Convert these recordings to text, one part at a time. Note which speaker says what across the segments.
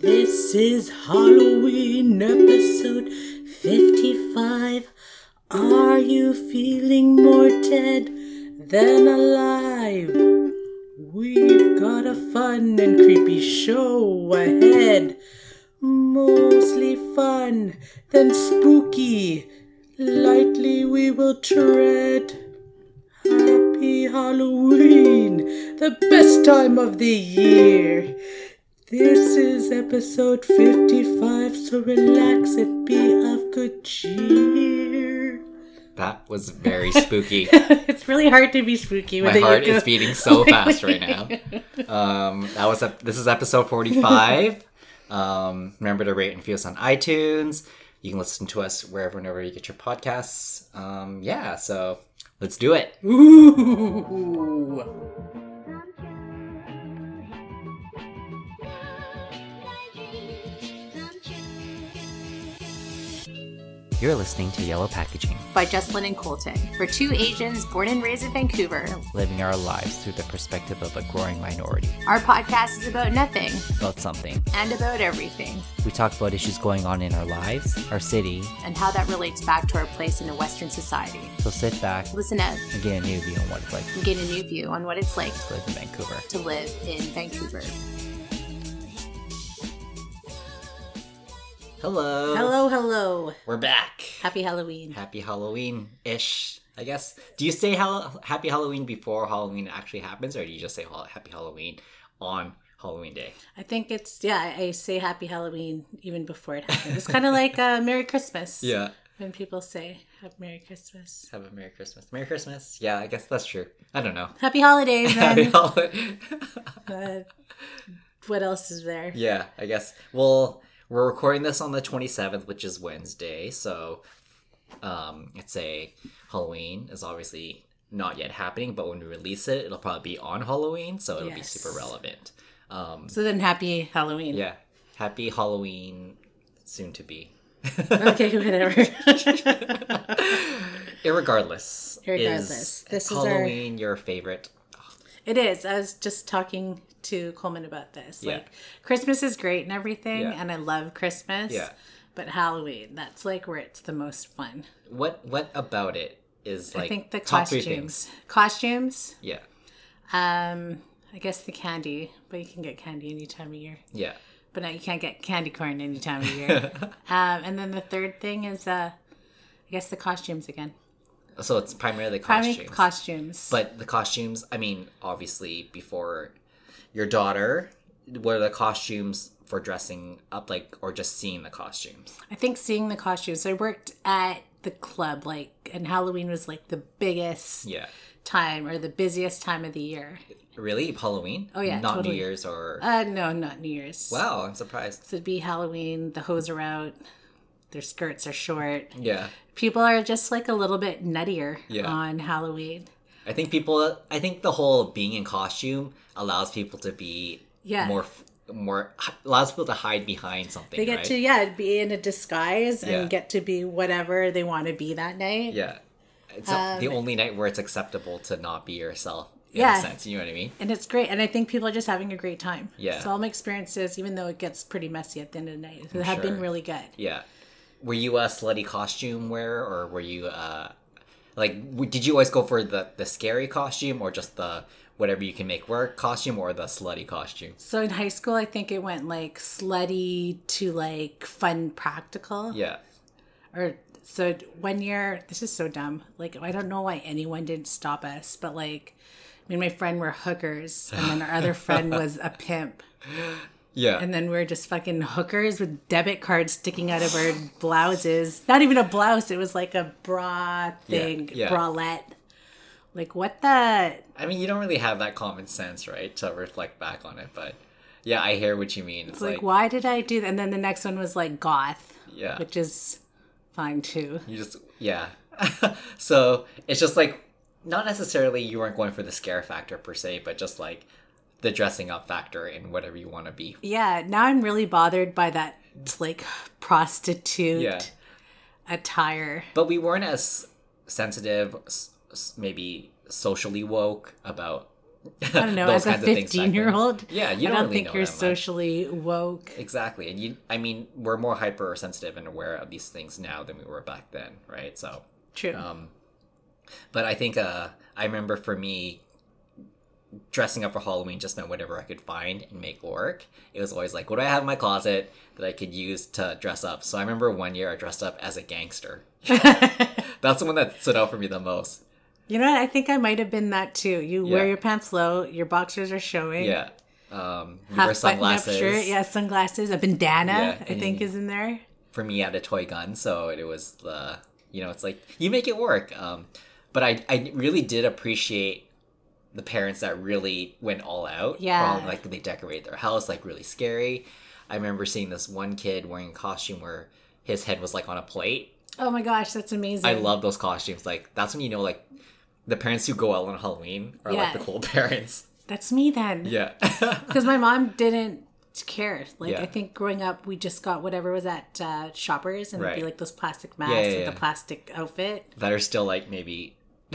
Speaker 1: This is Halloween episode 55. Are you feeling more dead than alive? We've got a fun and creepy show ahead. Mostly fun, then spooky. Lightly we will tread. Happy Halloween, the best time of the year. This is episode 55, so relax and be of good cheer.
Speaker 2: That was very spooky.
Speaker 1: it's really hard to be spooky
Speaker 2: My
Speaker 1: with a
Speaker 2: heart
Speaker 1: yucca.
Speaker 2: is beating so fast right now. Um, that was ep- this is episode forty-five. Um, remember to rate and review us on iTunes. You can listen to us wherever, whenever you get your podcasts. Um, yeah, so let's do it.
Speaker 1: Ooh.
Speaker 2: You're listening to Yellow Packaging,
Speaker 3: by Jocelyn and Colton. We're two Asians born and raised in Vancouver.
Speaker 2: living our lives through the perspective of a growing minority
Speaker 3: Our podcast is about nothing
Speaker 2: about something.
Speaker 3: and about everything,
Speaker 2: We talk about issues going on in our lives, our city.
Speaker 3: and how that relates back to our place in a Western society.
Speaker 2: So sit back
Speaker 3: Listen up
Speaker 2: and get a new view on what it's like
Speaker 3: and gain a new view on what it's like
Speaker 2: to live in Vancouver.
Speaker 3: to live in Vancouver.
Speaker 2: Hello.
Speaker 1: Hello, hello.
Speaker 2: We're back.
Speaker 3: Happy Halloween.
Speaker 2: happy Halloween ish, I guess. Do you say hal- happy Halloween before Halloween actually happens, or do you just say hol- happy Halloween on Halloween Day?
Speaker 1: I think it's, yeah, I I say happy Halloween even before it happens. It's kind of like uh, Merry Christmas. When people say "Have Merry Christmas.
Speaker 2: Have a Merry Christmas. Merry Christmas. Yeah, I guess that's true. I don't know.
Speaker 1: Happy holidays,
Speaker 2: Happy
Speaker 1: and
Speaker 2: Halloween.
Speaker 1: uh, what else is there?
Speaker 2: yeah, I guess. Well, we're recording this on the 27th, which is Wednesday, so um, it's a Halloween is obviously not yet happening, but when we release it, it'll probably be on Halloween, so it'll
Speaker 1: Yes.
Speaker 2: be super relevant. Um,
Speaker 1: So then, happy Halloween.
Speaker 2: Yeah. Happy Halloween, soon to be.
Speaker 1: Okay, whatever.
Speaker 2: Irregardless.
Speaker 1: Irregardless.
Speaker 2: Is
Speaker 1: This is our-
Speaker 2: Halloween your favorite?
Speaker 1: It is. I was just talking to Coleman about this.
Speaker 2: Yeah.
Speaker 1: Like Christmas is great and everything,
Speaker 2: Yeah.
Speaker 1: and I love Christmas.
Speaker 2: Yeah.
Speaker 1: But Halloween, that's like where it's the most fun.
Speaker 2: What what about it is like
Speaker 1: I think the
Speaker 2: top three things?
Speaker 1: costumes. Costumes.
Speaker 2: Yeah.
Speaker 1: Um, I guess the candy, but you can get candy any time of year.
Speaker 2: Yeah.
Speaker 1: But no, you can't get candy corn any time of year. um, and then the third thing is, uh, I guess the costumes again.
Speaker 2: So it's primarily the
Speaker 1: Primary
Speaker 2: costumes.
Speaker 1: costumes.
Speaker 2: but the costumes, I mean, obviously before your daughter, what are the costumes for dressing up like or just seeing the costumes?
Speaker 1: I think seeing the costumes. I worked at the club, like, and Halloween was like the biggest
Speaker 2: Yeah.
Speaker 1: time or the busiest time of the year.
Speaker 2: Really? Halloween? Oh
Speaker 1: yeah,
Speaker 2: Not
Speaker 1: totally.
Speaker 2: New Year's or
Speaker 1: Uh, no, not New Year's.
Speaker 2: Wow, I'm surprised.
Speaker 1: So it'd be Halloween. The hose are out. Their skirts are short.
Speaker 2: Yeah.
Speaker 1: People are just like a little bit nuttier
Speaker 2: Yeah.
Speaker 1: on Halloween.
Speaker 2: I think people. I think the whole being in costume allows people to be
Speaker 1: Yeah.
Speaker 2: more more allows people to hide behind something.
Speaker 1: They get
Speaker 2: right?
Speaker 1: to yeah be in a disguise and
Speaker 2: Yeah.
Speaker 1: get to be whatever they want to be that night.
Speaker 2: yeah. It's the only night where it's acceptable to not be yourself. In
Speaker 1: Um, Yeah.
Speaker 2: a sense, you know what I mean.
Speaker 1: And it's great. And I think people are just having a great time.
Speaker 2: Yeah.
Speaker 1: So all my experiences, even though it gets pretty messy at the end of the night, have been
Speaker 2: sure.
Speaker 1: really good.
Speaker 2: Yeah. Were you a slutty costume wearer, or were you uh, like w- did you always go for the the scary costume, or just the whatever you can make work costume, or the slutty costume?
Speaker 1: So in high school, I think it went like slutty to like fun practical.
Speaker 2: Yeah.
Speaker 1: Or so one year, this is so dumb. Like I don't know why anyone didn't stop us, but like me and my friend were hookers, and then our other friend was a pimp,
Speaker 2: Yeah.
Speaker 1: and then we were just fucking hookers with debit cards sticking out of our blouses. Not even a blouse; it was like a bra thing,
Speaker 2: yeah.
Speaker 1: bralette. Like what the
Speaker 2: I mean, you don't really have that common sense, right, to reflect back on it. But yeah, I hear what you mean. It's,
Speaker 1: like,
Speaker 2: like, Ah.
Speaker 1: Why did I do that? And then the next one was like goth,
Speaker 2: yeah,
Speaker 1: which is fine too.
Speaker 2: you just yeah. so it's just like not necessarily you weren't going for the scare factor per se, but just like the dressing up factor and whatever you want to be.
Speaker 1: Yeah, now I'm really bothered by that like prostitute
Speaker 2: Yeah,
Speaker 1: attire.
Speaker 2: but we weren't as sensitive, s- s- maybe socially woke about
Speaker 1: I don't know,
Speaker 2: Those
Speaker 1: as a
Speaker 2: kinds of things back then.
Speaker 1: 15 year old,
Speaker 2: Yeah, you
Speaker 1: I
Speaker 2: don't
Speaker 1: don't
Speaker 2: really
Speaker 1: think
Speaker 2: know
Speaker 1: you're
Speaker 2: that much.
Speaker 1: socially woke.
Speaker 2: Exactly. And you I mean, we're more hypersensitive and aware of these things now than we were back then, right? So
Speaker 1: True.
Speaker 2: um but I think uh I remember for me dressing up for Halloween just meant whatever I could find and make work. It was always like, what do I have in my closet that I could use to dress up? So I remember one year I dressed up as a gangster. That's the one that stood out for me the most.
Speaker 1: you know what? I think I might have been that too. You
Speaker 2: Yeah.
Speaker 1: wear your pants low, your boxers are showing.
Speaker 2: Yeah. Um you wear
Speaker 1: Half button up
Speaker 2: sunglasses.
Speaker 1: shirt, yeah, sunglasses, a bandana,
Speaker 2: Yeah, mm-hmm.
Speaker 1: I
Speaker 2: and
Speaker 1: think,
Speaker 2: you-
Speaker 1: is in there.
Speaker 2: for me I had a toy gun, so it was the you know it's like you make it work. Um, but I I really did appreciate the parents that really went all out.
Speaker 1: Yeah.
Speaker 2: From, like they decorated their house like really scary. I remember seeing this one kid wearing a costume where his head was like on a plate.
Speaker 1: Oh my gosh, that's amazing.
Speaker 2: I love those costumes. Like that's when you know like the parents who go out on Halloween are like
Speaker 1: Yeah.
Speaker 2: the cool parents.
Speaker 1: That's me then.
Speaker 2: Yeah.
Speaker 1: Because my mom didn't care. Like
Speaker 2: Yeah.
Speaker 1: I think growing up, we just got whatever was at uh, Shoppers, and it'd be
Speaker 2: Right.
Speaker 1: like those plastic masks
Speaker 2: yeah,
Speaker 1: with
Speaker 2: yeah.
Speaker 1: the plastic outfit.
Speaker 2: that are still like maybe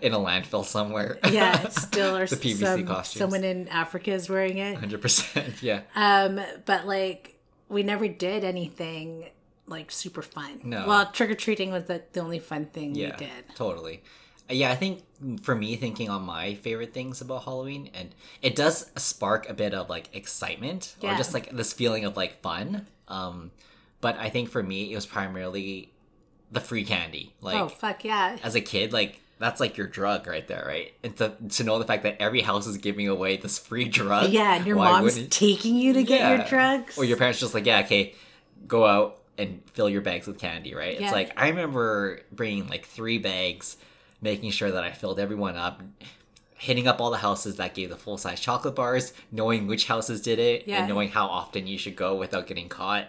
Speaker 2: in a landfill somewhere.
Speaker 1: Yeah, it's still or
Speaker 2: The PVC
Speaker 1: some,
Speaker 2: costumes.
Speaker 1: someone in Africa is wearing it.
Speaker 2: Hundred percent. Yeah.
Speaker 1: Um, but like we never did anything like super fun.
Speaker 2: No.
Speaker 1: Well, trick or treating was the, the only fun thing we did.
Speaker 2: Totally. Uh, Yeah, I think for me thinking on my favorite things about Halloween and it does spark a bit of like excitement or
Speaker 1: Yeah.
Speaker 2: just like this feeling of like fun. Um but I think for me it was primarily the free candy. Like
Speaker 1: oh fuck yeah!
Speaker 2: as a kid like that's like your drug right there, right? And to, to know the fact that every house is giving away this free drug.
Speaker 1: Yeah, and your
Speaker 2: why
Speaker 1: mom's
Speaker 2: wouldn't-
Speaker 1: taking you to get your
Speaker 2: Yeah.
Speaker 1: drugs.
Speaker 2: or your parents just like, yeah, okay, go out and fill your bags with candy, right?
Speaker 1: Yeah.
Speaker 2: It's like I remember bringing like three bags, making sure that I filled everyone up, hitting up all the houses that gave the full size chocolate bars, knowing which houses did it,
Speaker 1: Yeah.
Speaker 2: and knowing how often you should go without getting caught.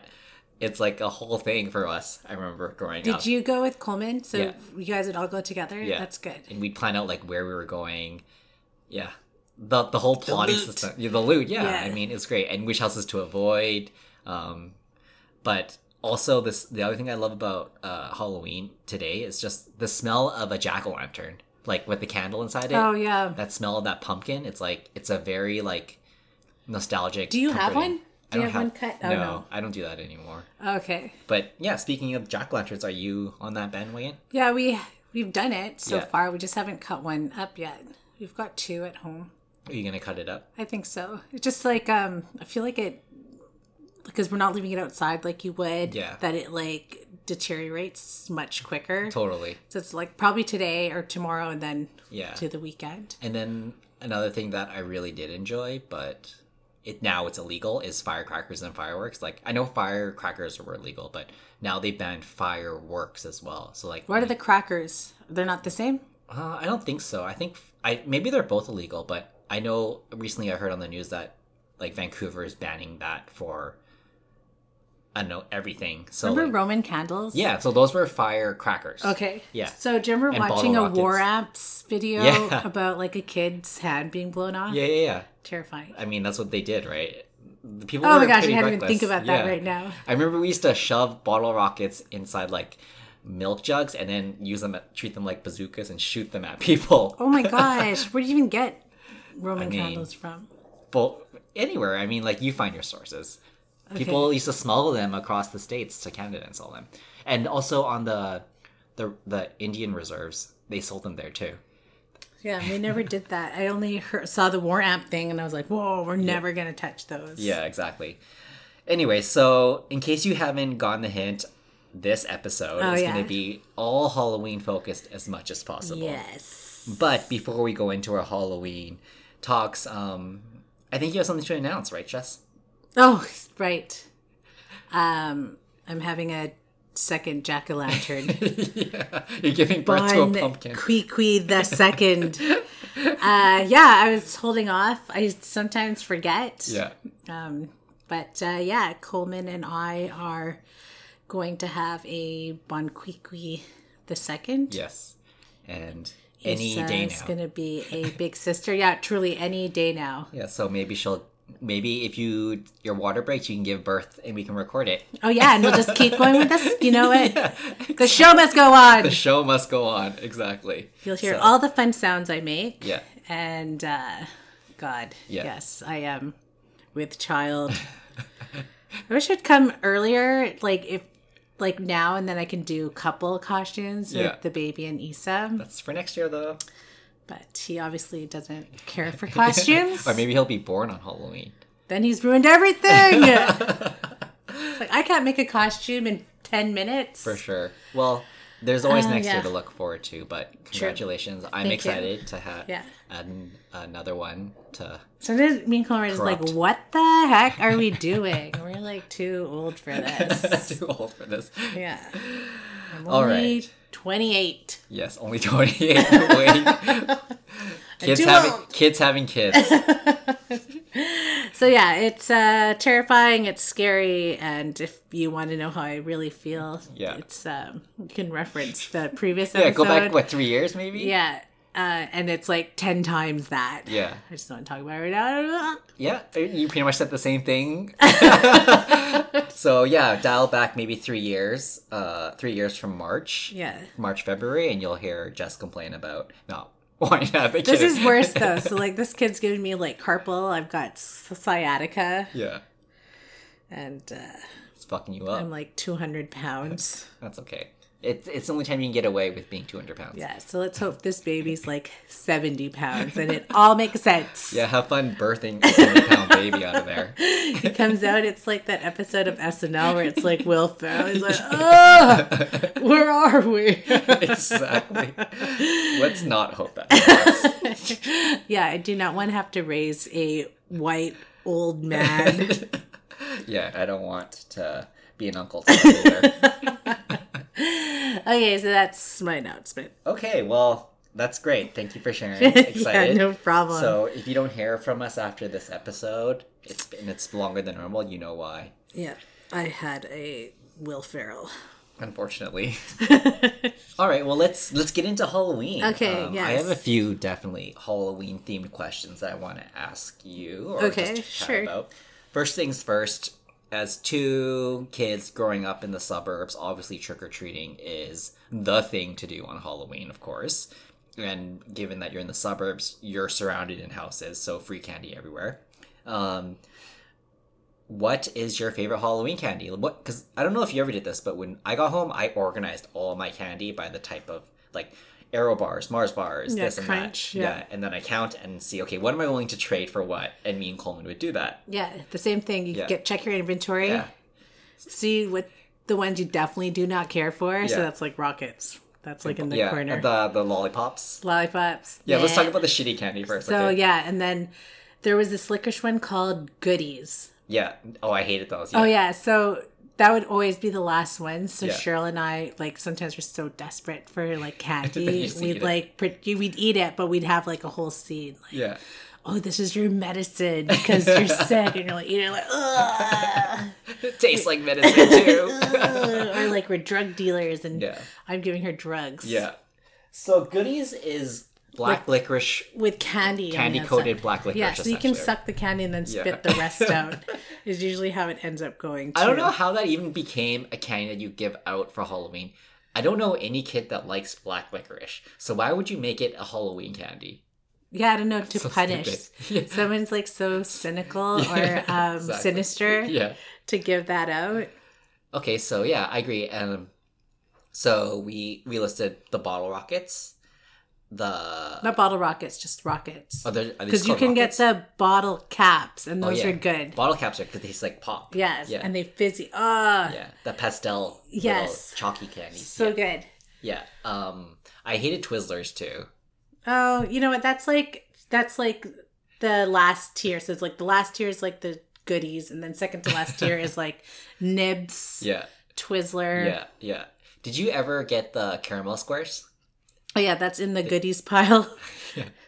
Speaker 2: It's like a whole thing for us. I remember growing up.
Speaker 1: Did you go with Coleman? So
Speaker 2: Yeah.
Speaker 1: you guys would all go together.
Speaker 2: Yeah.
Speaker 1: That's good.
Speaker 2: and we'd plan out like where we were going. Yeah. The the whole plotting
Speaker 1: loot.
Speaker 2: system. Yeah, the loot, yeah.
Speaker 1: Yeah.
Speaker 2: I mean it's great. And which houses to avoid. Um but also this the other thing I love about uh Halloween today is just the smell of a jack o' lantern. Like with the candle inside it.
Speaker 1: Oh yeah.
Speaker 2: That smell of that pumpkin, it's like it's a very like nostalgic.
Speaker 1: Do you have
Speaker 2: comforting-
Speaker 1: one? Do you have one cut? Oh,
Speaker 2: no,
Speaker 1: no.
Speaker 2: I don't do that anymore.
Speaker 1: Okay.
Speaker 2: But yeah, speaking of jack o' lanterns, are you on that bandwagon?
Speaker 1: Yeah, we we've done it so
Speaker 2: Yeah.
Speaker 1: far. We just haven't cut one up yet. We've got two at home.
Speaker 2: Are you gonna cut it up?
Speaker 1: I think so. It's just like um I feel like it because we're not leaving it outside like you would
Speaker 2: Yeah.
Speaker 1: that it like deteriorates much quicker.
Speaker 2: Totally.
Speaker 1: So it's like probably today or tomorrow and then
Speaker 2: Yeah.
Speaker 1: to the weekend.
Speaker 2: And then another thing that I really did enjoy, but it now it's illegal, is firecrackers and fireworks. Like I know firecrackers were illegal, but now they banned fireworks as well. So like,
Speaker 1: What are the crackers? They're not the same?
Speaker 2: uh, I don't think so. I think I maybe they're both illegal, but I know recently I heard on the news that like Vancouver is banning that for I don't know everything. So
Speaker 1: Remember
Speaker 2: like-
Speaker 1: Roman candles?
Speaker 2: yeah, so those were firecrackers.
Speaker 1: Okay.
Speaker 2: Yeah.
Speaker 1: So do you remember
Speaker 2: And bottle
Speaker 1: watching a
Speaker 2: rockets.
Speaker 1: War Apps video
Speaker 2: Yeah.
Speaker 1: about like a kid's hand being blown off?
Speaker 2: Yeah, yeah, yeah.
Speaker 1: Terrifying.
Speaker 2: I mean, that's what they did, right? The people.
Speaker 1: Oh my
Speaker 2: were
Speaker 1: gosh, I
Speaker 2: pretty
Speaker 1: hadn't even think
Speaker 2: reckless.
Speaker 1: about that
Speaker 2: Yeah.
Speaker 1: right now.
Speaker 2: I remember we used to shove bottle rockets inside like milk jugs and then use them, treat them like bazookas and shoot them at people.
Speaker 1: Oh my gosh, where do you even get Roman
Speaker 2: mean-
Speaker 1: candles from?
Speaker 2: But anywhere, I mean, like you find your sources. People used to smuggle them across the states to Canada and sell them, and also on the the the Indian reserves, they sold them there too.
Speaker 1: Yeah, we never did that. I only heard, saw the War Amp thing and I was like, whoa, we're never going to touch those.
Speaker 2: Yeah, exactly. Anyway, so in case you haven't gotten the hint, this episode
Speaker 1: Oh,
Speaker 2: is
Speaker 1: yeah.
Speaker 2: going to be all Halloween focused as much as possible.
Speaker 1: Yes.
Speaker 2: But before we go into our Halloween talks, um, I think you have something to announce, right, Jess?
Speaker 1: Oh, right. Um, I'm having a second jack o' lantern.
Speaker 2: yeah, you're giving birth
Speaker 1: on
Speaker 2: to a pumpkin.
Speaker 1: Queequeg the second. uh, yeah, I was holding off. I sometimes forget.
Speaker 2: Yeah,
Speaker 1: Um, but uh, yeah, Coleman and I are going to have a Bon Queequeg the second. uh,
Speaker 2: yes, and
Speaker 1: His
Speaker 2: any day
Speaker 1: son's
Speaker 2: now.
Speaker 1: gonna be a big sister. Yeah, truly, any day now.
Speaker 2: Yeah, so maybe she'll maybe if you your water breaks, you can give birth and we can record it.
Speaker 1: Oh yeah, and we'll just keep going with this. You know what? The show must go on.
Speaker 2: The show must go on. Exactly.
Speaker 1: You'll hear
Speaker 2: So,
Speaker 1: all the fun sounds I make.
Speaker 2: Yeah.
Speaker 1: And uh, God,
Speaker 2: Yeah.
Speaker 1: yes, I am with child. I wish I'd come earlier, like if like now and then I can do couple costumes
Speaker 2: Yeah.
Speaker 1: with the baby and Issa.
Speaker 2: That's for next year though.
Speaker 1: But he obviously doesn't care for costumes.
Speaker 2: Or maybe he'll be born on Halloween.
Speaker 1: Then he's ruined everything. It's like I can't make a costume in ten minutes.
Speaker 2: For sure. Well, there's always
Speaker 1: Uh,
Speaker 2: next
Speaker 1: yeah.
Speaker 2: year to look forward to, but congratulations. I'm
Speaker 1: Thank you.
Speaker 2: excited to have
Speaker 1: Yeah.
Speaker 2: an, another one to.
Speaker 1: Sometimes me and Colin are just like,
Speaker 2: Corrupt.
Speaker 1: "What the heck are we doing? We're like too old for this."
Speaker 2: too old for this.
Speaker 1: Yeah, I'm
Speaker 2: All
Speaker 1: only
Speaker 2: right.
Speaker 1: twenty-eight.
Speaker 2: Yes, only 28. Wait. kids,
Speaker 1: too
Speaker 2: having,
Speaker 1: old.
Speaker 2: kids having kids.
Speaker 1: So yeah, it's uh, terrifying. It's scary, and if you want to know how I really feel,
Speaker 2: Yeah.
Speaker 1: it's um, you can reference the previous
Speaker 2: yeah,
Speaker 1: episode.
Speaker 2: go back, what, three years maybe?
Speaker 1: Yeah, uh, and it's like ten times that.
Speaker 2: Yeah.
Speaker 1: I just don't want to talk about it right now.
Speaker 2: Yeah, uh, you pretty much said the same thing. so yeah, dial back maybe three years, uh, three years from March,
Speaker 1: Yeah.
Speaker 2: March February, and you'll hear Jess complain about not wanting to have a
Speaker 1: This
Speaker 2: kid.
Speaker 1: is worse though. So like this kid's giving me like carpal. I've got s- sciatica,
Speaker 2: yeah,
Speaker 1: and uh,
Speaker 2: it's fucking you up.
Speaker 1: I'm like 200 pounds.
Speaker 2: That's okay. It's it's the only time you can get away with being two hundred pounds.
Speaker 1: Yeah, so let's hope this baby's like 70 pounds and it all makes sense.
Speaker 2: Yeah, have fun birthing a seventy pound baby out of there.
Speaker 1: It comes out, it's like that episode of SNL where it's like Will Ferrell is like, oh, where are we?
Speaker 2: exactly. Let's not hope that. happens.
Speaker 1: Yeah, I do not want to have to raise a white old man.
Speaker 2: yeah, I don't want to be an uncle to that either.
Speaker 1: Okay, so that's my announcement.
Speaker 2: Okay, well, that's great. Thank you for sharing. Excited.
Speaker 1: yeah, no problem.
Speaker 2: So, if you don't hear from us after this episode, it's been it's longer than normal. You know why?
Speaker 1: Yeah, I had a Will Ferrell.
Speaker 2: Unfortunately. All right. Well, let's let's get into Halloween. Um,
Speaker 1: Okay,
Speaker 2: I
Speaker 1: yes.
Speaker 2: have a few definitely Halloween themed questions that I want to ask you. Or
Speaker 1: Okay,
Speaker 2: just chat
Speaker 1: sure.
Speaker 2: About. First things first. As two kids growing up in the suburbs, obviously trick or treating is the thing to do on Halloween, of course. And given that you're in the suburbs, you're surrounded in houses, so free candy everywhere. Um, what is your favorite Halloween candy? What? Because I don't know if you ever did this, but when I got home, I organized all my candy by the type of like arrow bars, Mars bars,
Speaker 1: Yeah,
Speaker 2: this and
Speaker 1: crunch,
Speaker 2: that.
Speaker 1: yeah.
Speaker 2: and then I count and see, okay, what am I willing to trade for what? And me and Coleman would do that.
Speaker 1: Yeah, the same thing. You
Speaker 2: Yeah.
Speaker 1: get check your inventory,
Speaker 2: Yeah.
Speaker 1: see what the ones you definitely do not care for. So
Speaker 2: Yeah.
Speaker 1: that's like rockets. That's like in the
Speaker 2: yeah,
Speaker 1: corner.
Speaker 2: the the lollipops.
Speaker 1: Lollipops.
Speaker 2: Yeah, let's
Speaker 1: Nah.
Speaker 2: talk about the shitty candy first.
Speaker 1: So
Speaker 2: okay?
Speaker 1: yeah, and then there was this licorice one called Goodies.
Speaker 2: yeah. Oh, I hated those.
Speaker 1: Oh yeah, so that would always be the last one. So
Speaker 2: Yeah.
Speaker 1: Cheryl and I, like, sometimes we're so desperate for like
Speaker 2: You
Speaker 1: candy,
Speaker 2: just eat
Speaker 1: we'd
Speaker 2: it.
Speaker 1: like pre- we'd eat it, but we'd have like a whole seed. Like,
Speaker 2: yeah.
Speaker 1: oh, this is your medicine because you're sick, and you're like, you know, like, ugh.
Speaker 2: It tastes like medicine too.
Speaker 1: or like we're drug dealers and
Speaker 2: Yeah.
Speaker 1: I'm giving her drugs.
Speaker 2: yeah. So goodies is black licorice
Speaker 1: With candy. on the
Speaker 2: Candy
Speaker 1: outside.
Speaker 2: coated black licorice,
Speaker 1: Yeah, so you can
Speaker 2: essentially.
Speaker 1: suck the candy and then spit
Speaker 2: Yeah.
Speaker 1: the rest out. Is usually how it ends up going.
Speaker 2: I don't
Speaker 1: too.
Speaker 2: know how that even became a candy that you give out for Halloween. I don't know any kid that likes black licorice. So why would you make it a Halloween candy?
Speaker 1: Yeah, I don't know to
Speaker 2: So
Speaker 1: punish.
Speaker 2: stupid.
Speaker 1: Someone's like so cynical
Speaker 2: Yeah,
Speaker 1: or um,
Speaker 2: exactly.
Speaker 1: sinister
Speaker 2: Yeah.
Speaker 1: to give that out.
Speaker 2: Okay, so yeah, I agree. Um so we we listed the bottle rockets, the
Speaker 1: Not bottle rockets, just rockets.
Speaker 2: are there- are Oh, these
Speaker 1: Because you
Speaker 2: called
Speaker 1: can
Speaker 2: rockets?
Speaker 1: get the bottle caps, and
Speaker 2: Oh,
Speaker 1: those
Speaker 2: yeah.
Speaker 1: are good.
Speaker 2: bottle caps because they taste like pop.
Speaker 1: yes,
Speaker 2: Yeah.
Speaker 1: and they fizzy. Ah,
Speaker 2: yeah. The pastel
Speaker 1: Yes.
Speaker 2: yes. chalky candy.
Speaker 1: so good.
Speaker 2: Yeah. Um I hated Twizzlers too.
Speaker 1: Oh, you know what? That's like that's like the last tier. So it's like the last tier is like the goodies, and then second to last tier is like nibs,
Speaker 2: Yeah.
Speaker 1: Twizzler.
Speaker 2: Yeah. Yeah. Did you ever get the caramel squares?
Speaker 1: Oh yeah, that's in the goodies pile.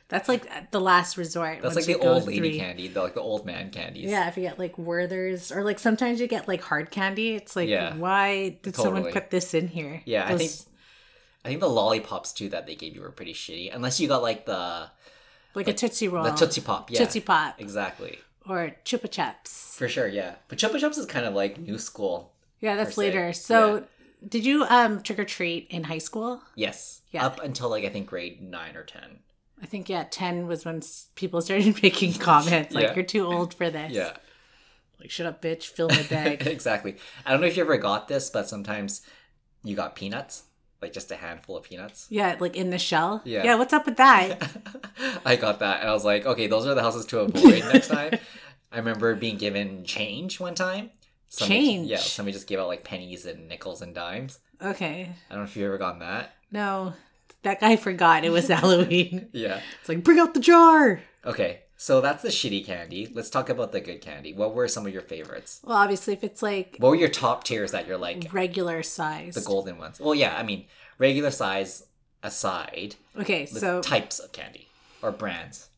Speaker 1: That's like the last resort.
Speaker 2: That's like
Speaker 1: once you
Speaker 2: the
Speaker 1: go
Speaker 2: old lady
Speaker 1: three.
Speaker 2: candy, the, like the old man candies.
Speaker 1: Yeah, if you get like Werther's or like sometimes you get like hard candy. It's like
Speaker 2: Yeah.
Speaker 1: why did someone
Speaker 2: Totally.
Speaker 1: put this in here?
Speaker 2: Yeah, I
Speaker 1: Those-
Speaker 2: think I think the lollipops too that they gave you were pretty shitty, unless you got like the
Speaker 1: like a Tootsie Roll.
Speaker 2: the tootsie pop. Yeah,
Speaker 1: Tootsie Pop.
Speaker 2: Exactly.
Speaker 1: or Chupa Chups.
Speaker 2: For sure, yeah. But Chupa Chups is kind of like new school.
Speaker 1: Yeah,
Speaker 2: Per
Speaker 1: that's
Speaker 2: se.
Speaker 1: later. So, did you um trick or treat in high school?
Speaker 2: Yes.
Speaker 1: Yeah.
Speaker 2: Up until like I think grade nine or ten.
Speaker 1: I think yeah, ten was when s- people started making comments like
Speaker 2: Yeah.
Speaker 1: "You're too old for this."
Speaker 2: Yeah.
Speaker 1: like "Shut up, bitch! Fill my bag."
Speaker 2: exactly. I don't know if you ever got this, but sometimes you got peanuts, like just a handful of peanuts.
Speaker 1: yeah, like in the shell.
Speaker 2: Yeah.
Speaker 1: yeah. What's up with that?
Speaker 2: I got that, and I was like, okay, those are the houses to avoid next time. I remember being given change one time. Somebody-
Speaker 1: Change?
Speaker 2: Yeah, somebody just gave out like pennies and nickels and dimes.
Speaker 1: Okay,
Speaker 2: I don't know if you ever gotten that.
Speaker 1: no, that guy forgot it was Halloween.
Speaker 2: Yeah.
Speaker 1: It's like bring out the jar.
Speaker 2: Okay, so that's the shitty candy. Let's talk about the good candy. What were some of your favorites?
Speaker 1: Well, obviously, if it's like
Speaker 2: What were your top tiers that you're like
Speaker 1: regular size,
Speaker 2: the golden ones? Well, yeah, I mean regular size aside,
Speaker 1: Okay,
Speaker 2: the
Speaker 1: so
Speaker 2: types of candy or brands.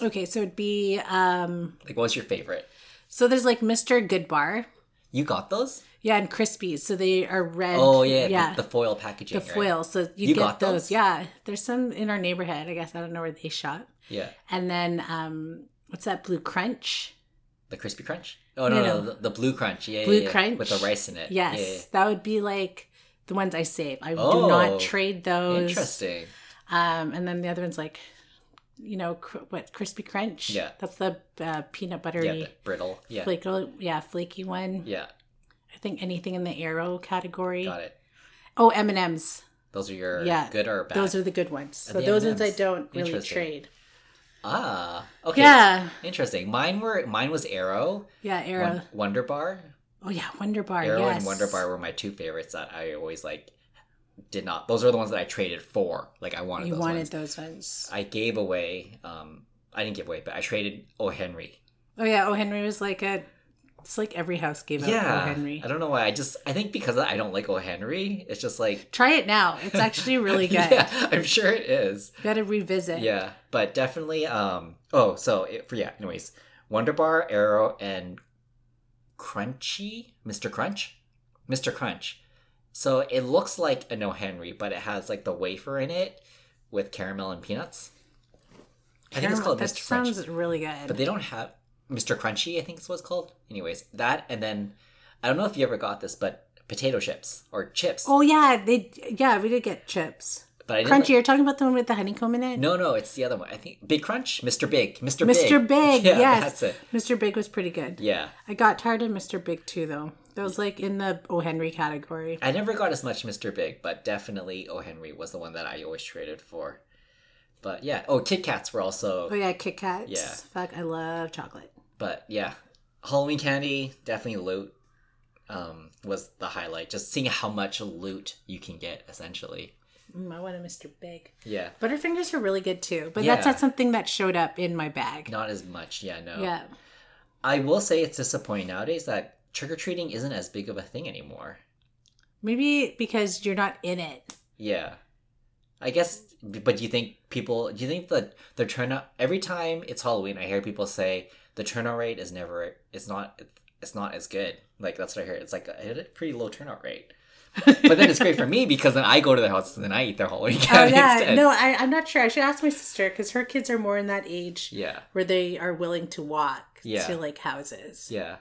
Speaker 1: okay, so it'd be um
Speaker 2: Like, what's your favorite?
Speaker 1: so there's like Mr. Good Bar.
Speaker 2: You got those?
Speaker 1: Yeah, and Krispies. So they are red.
Speaker 2: oh yeah,
Speaker 1: yeah.
Speaker 2: The, the foil packaging.
Speaker 1: The
Speaker 2: right?
Speaker 1: foil. So you,
Speaker 2: You
Speaker 1: get
Speaker 2: got
Speaker 1: those.
Speaker 2: those?
Speaker 1: Yeah. There's some in our neighborhood, I guess. I don't know where they shop.
Speaker 2: Yeah,
Speaker 1: And then um what's that blue crunch?
Speaker 2: the crispy crunch. Oh no,
Speaker 1: No,
Speaker 2: no,
Speaker 1: no.
Speaker 2: The, the blue crunch. Yeah,
Speaker 1: Blue
Speaker 2: yeah, yeah.
Speaker 1: crunch.
Speaker 2: with the rice in it.
Speaker 1: Yes.
Speaker 2: Yeah, yeah,
Speaker 1: That would be like the ones I save. I
Speaker 2: Oh,
Speaker 1: do not trade
Speaker 2: yeah.
Speaker 1: those.
Speaker 2: Interesting.
Speaker 1: Um and then the other one's like you know cr- what crispy crunch?
Speaker 2: Yeah.
Speaker 1: That's the uh, peanut buttery
Speaker 2: Yeah, the brittle. Yeah,
Speaker 1: flaky yeah, flaky one.
Speaker 2: yeah.
Speaker 1: I think anything in the arrow category.
Speaker 2: Got it.
Speaker 1: Oh, M and M's.
Speaker 2: Those are your
Speaker 1: Yeah,
Speaker 2: good or bad.
Speaker 1: Those are the good ones. So
Speaker 2: the
Speaker 1: those ones I
Speaker 2: M&Ms.
Speaker 1: don't really
Speaker 2: Interesting.
Speaker 1: trade.
Speaker 2: ah okay.
Speaker 1: Yeah,
Speaker 2: Interesting. Mine were mine was Arrow,
Speaker 1: yeah, arrow.
Speaker 2: Won- Wonder Bar,
Speaker 1: oh yeah, Wonder Bar.
Speaker 2: Arrow
Speaker 1: yes.
Speaker 2: and Wonder Bar were my two favorites that I always like. Did not. Those are the ones that I traded for. Like I wanted.
Speaker 1: You
Speaker 2: those
Speaker 1: wanted
Speaker 2: ones.
Speaker 1: those ones.
Speaker 2: I gave away. Um, I didn't give away, but I traded O Henry.
Speaker 1: Oh yeah, Oh Henry was like a. It's like every house gave out
Speaker 2: Yeah,
Speaker 1: O Henry.
Speaker 2: I don't know why. I just I think because I don't like O Henry. It's just like
Speaker 1: Try it now. It's actually really good.
Speaker 2: yeah, I'm sure it is.
Speaker 1: Got to revisit.
Speaker 2: Yeah, but definitely. Um. Oh, so it, for yeah. Anyways, Wonder Bar, Arrow, and Crunchy, Mr. Crunch, Mr. Crunch. So it looks like a No Henry, but it has like the wafer in it with caramel and peanuts. I think it's
Speaker 1: Caramel-
Speaker 2: called
Speaker 1: that
Speaker 2: Mr. Crunch.
Speaker 1: sounds really good.
Speaker 2: But they don't have Mr. Crunchy, I think is what it's called. Anyways, that and then I don't know if you ever got this, but potato chips or chips.
Speaker 1: oh yeah, they yeah we did get chips.
Speaker 2: but I didn't
Speaker 1: Crunchy. You're talking about the one with the honeycomb in it.
Speaker 2: No, no, it's the other one. I think Big Crunch, Mr. Big, Mr. Big,
Speaker 1: Mr. Big.
Speaker 2: Yeah,
Speaker 1: yes,
Speaker 2: that's it.
Speaker 1: Mr. Big was pretty good.
Speaker 2: Yeah,
Speaker 1: I got tired of Mr. Big too, though. That was like in the O. Henry category.
Speaker 2: I never got as much Mr. Big, but definitely O. Henry was the one that I always traded for. But yeah, oh, Kit Kats were also.
Speaker 1: Oh yeah, Kit Kats.
Speaker 2: Yeah.
Speaker 1: Fuck, I love chocolate.
Speaker 2: But yeah, Halloween candy definitely loot um, was the highlight. Just seeing how much loot you can get, essentially.
Speaker 1: Mm, I want a Mr. Big.
Speaker 2: Yeah.
Speaker 1: Butterfingers are really good too, but that's
Speaker 2: Yeah.
Speaker 1: not something that showed up in my bag.
Speaker 2: Not as much, yeah, no.
Speaker 1: Yeah.
Speaker 2: I will say it's disappointing nowadays that trick or treating isn't as big of a thing anymore.
Speaker 1: Maybe because you're not in it.
Speaker 2: Yeah. I guess, but do you think people, do you think that the turnout, every time it's Halloween, I hear people say the turnout rate is never, it's not, it's not as good. Like, that's what I hear. It's like, I had a pretty low turnout rate. but then it's great for me because then I go to their house and then I eat their Halloween
Speaker 1: Oh
Speaker 2: candy
Speaker 1: yeah.
Speaker 2: instead.
Speaker 1: No, I, I'm not sure. I should ask my sister because her kids are more in that age
Speaker 2: Yeah.
Speaker 1: where they are willing to walk
Speaker 2: Yeah.
Speaker 1: to like houses.
Speaker 2: Yeah.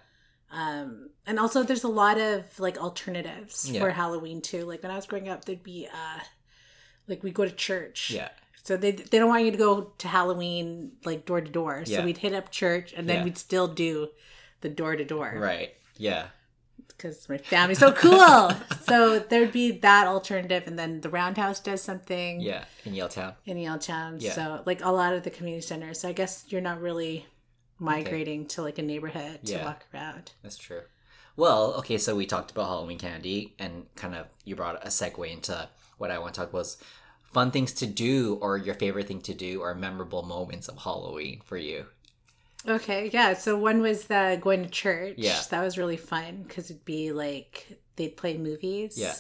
Speaker 1: Um, and also there's a lot of like alternatives
Speaker 2: Yeah.
Speaker 1: for Halloween too. Like when I was growing up, there'd be uh, like we go to church.
Speaker 2: Yeah.
Speaker 1: So they they don't want you to go to Halloween like door to door. So
Speaker 2: Yeah.
Speaker 1: we'd hit up church and then
Speaker 2: Yeah.
Speaker 1: we'd still do the door to door.
Speaker 2: Right. Yeah.
Speaker 1: Because my family's so cool. so there'd be that alternative and then the roundhouse does something
Speaker 2: Yeah. In Yale Town.
Speaker 1: in Yaletown.
Speaker 2: Yeah.
Speaker 1: So like a lot of the community centers. So I guess you're not really migrating to like a neighborhood to
Speaker 2: Yeah.
Speaker 1: walk around.
Speaker 2: That's true. Well, okay, so we talked about Halloween candy and kind of you brought a segue into what I want to talk was fun things to do or your favorite thing to do or memorable moments of Halloween for you.
Speaker 1: Okay, yeah. So one was the going to church.
Speaker 2: Yeah.
Speaker 1: that was really fun because it'd be like they'd play movies.
Speaker 2: Yeah.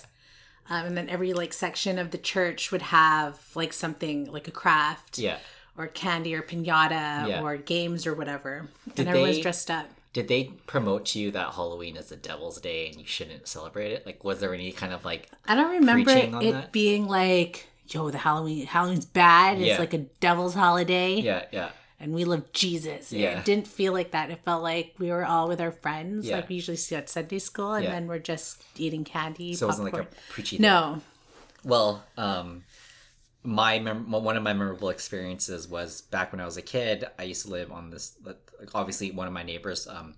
Speaker 1: um, and then every like section of the church would have like something like a craft
Speaker 2: Yeah.
Speaker 1: or candy or pinata
Speaker 2: Yeah.
Speaker 1: or games or whatever,
Speaker 2: Did
Speaker 1: and everyone's
Speaker 2: they-
Speaker 1: dressed up.
Speaker 2: Did they promote to you that Halloween is the devil's day and you shouldn't celebrate it? Like was there any kind of like
Speaker 1: I don't remember it
Speaker 2: Preaching on that?
Speaker 1: being like, "Yo, the Halloween Halloween's bad. It's
Speaker 2: Yeah.
Speaker 1: like a devil's holiday."
Speaker 2: Yeah, yeah.
Speaker 1: and we love Jesus.
Speaker 2: Yeah.
Speaker 1: It didn't feel like that. It felt like we were all with our friends,
Speaker 2: Yeah.
Speaker 1: like we usually see at Sunday school, and
Speaker 2: Yeah.
Speaker 1: then we're just eating candy.
Speaker 2: So it wasn't like a
Speaker 1: popcorn.
Speaker 2: preachy thing.
Speaker 1: no.
Speaker 2: Well, um, my mem- one of my memorable experiences was back when I was a kid. I used to live on this. like, Obviously, one of my neighbors, um,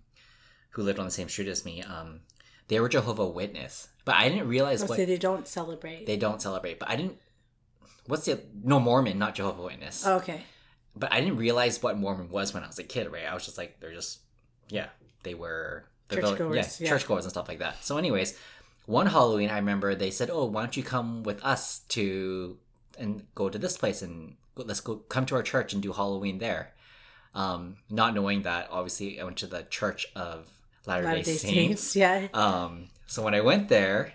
Speaker 2: who lived on the same street as me, um, they were Jehovah Witness, but I didn't realize
Speaker 1: Oh, So
Speaker 2: what
Speaker 1: they don't celebrate.
Speaker 2: they don't celebrate. But I didn't. What's the no Mormon, not Jehovah Witness?
Speaker 1: Oh, okay.
Speaker 2: But I didn't realize what Mormon was when I was a kid. Right? I was just like, they're just, yeah, they were they're the-
Speaker 1: Churchgoers, yeah.
Speaker 2: churchgoers and stuff like that. So, anyways, one Halloween, I remember they said, "Oh, why don't you come with us to and go to this place and go- let's go come to our church and do Halloween there." Um, not knowing that, obviously, I went to the Church of Latter Day
Speaker 1: Latter-day
Speaker 2: Saints.
Speaker 1: Yeah.
Speaker 2: Um, so when I went there,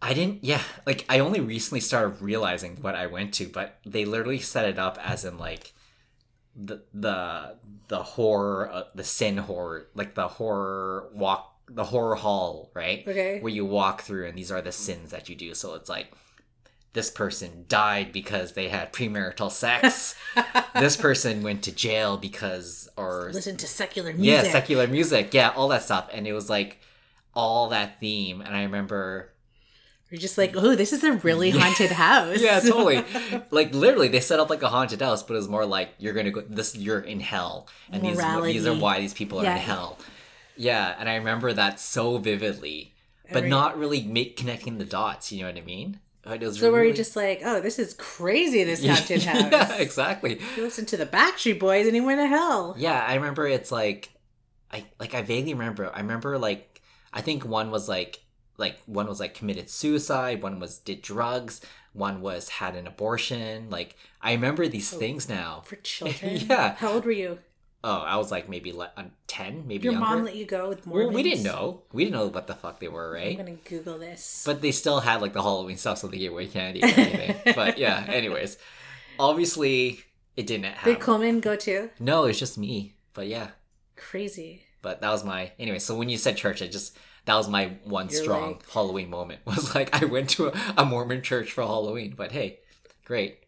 Speaker 2: I didn't, yeah, like I only recently started realizing what I went to, but they literally set it up as in like the the the horror, uh, the sin horror, like the horror walk, the horror hall, right?
Speaker 1: Okay.
Speaker 2: Where you walk through, and these are the sins that you do. So it's like this person died because they had premarital sex. this person went to jail because, or
Speaker 1: Listen to secular
Speaker 2: yeah,
Speaker 1: music.
Speaker 2: secular music. Yeah, all that stuff. And it was like all that theme. And I remember.
Speaker 1: You're just like, oh, this is a really haunted house.
Speaker 2: Yeah, totally. like literally, they set up like a haunted house, but it was more like you're gonna go. This you're in hell, and these these are
Speaker 1: Morality.
Speaker 2: why these people are
Speaker 1: Yeah.
Speaker 2: in hell. Yeah, and I remember that so vividly, but
Speaker 1: Every-
Speaker 2: not really make connecting the dots. You know what I mean? But it was
Speaker 1: So were you
Speaker 2: really-
Speaker 1: just like, oh, this is crazy, this
Speaker 2: Yeah,
Speaker 1: haunted house.
Speaker 2: yeah, exactly.
Speaker 1: You listen to the Backstreet Boys and he went to hell.
Speaker 2: Yeah, I remember it's like I like I vaguely remember. I remember like I think one was like like one was like committed suicide, one was did drugs, one was had an abortion. Like I remember
Speaker 1: Oh.
Speaker 2: these things now.
Speaker 1: For children.
Speaker 2: Yeah.
Speaker 1: How old were you?
Speaker 2: Oh, I was like maybe like um, 10, maybe
Speaker 1: Your
Speaker 2: younger.
Speaker 1: mom let you go with
Speaker 2: well,
Speaker 1: Mormons?
Speaker 2: we didn't know. We didn't know what the fuck they were,
Speaker 1: I'm
Speaker 2: right?
Speaker 1: going to Google this.
Speaker 2: But they still had like the Halloween stuff, so they gave away candy and everything. but yeah, anyways, obviously it didn't happen.
Speaker 1: Did Coleman go too?
Speaker 2: no, it was just me. But yeah,
Speaker 1: Crazy.
Speaker 2: But that was my anyway. So when you said church, I just that was my one
Speaker 1: You're
Speaker 2: strong
Speaker 1: like-
Speaker 2: Halloween moment. Was like I went to a, a Mormon church for Halloween. But hey, great,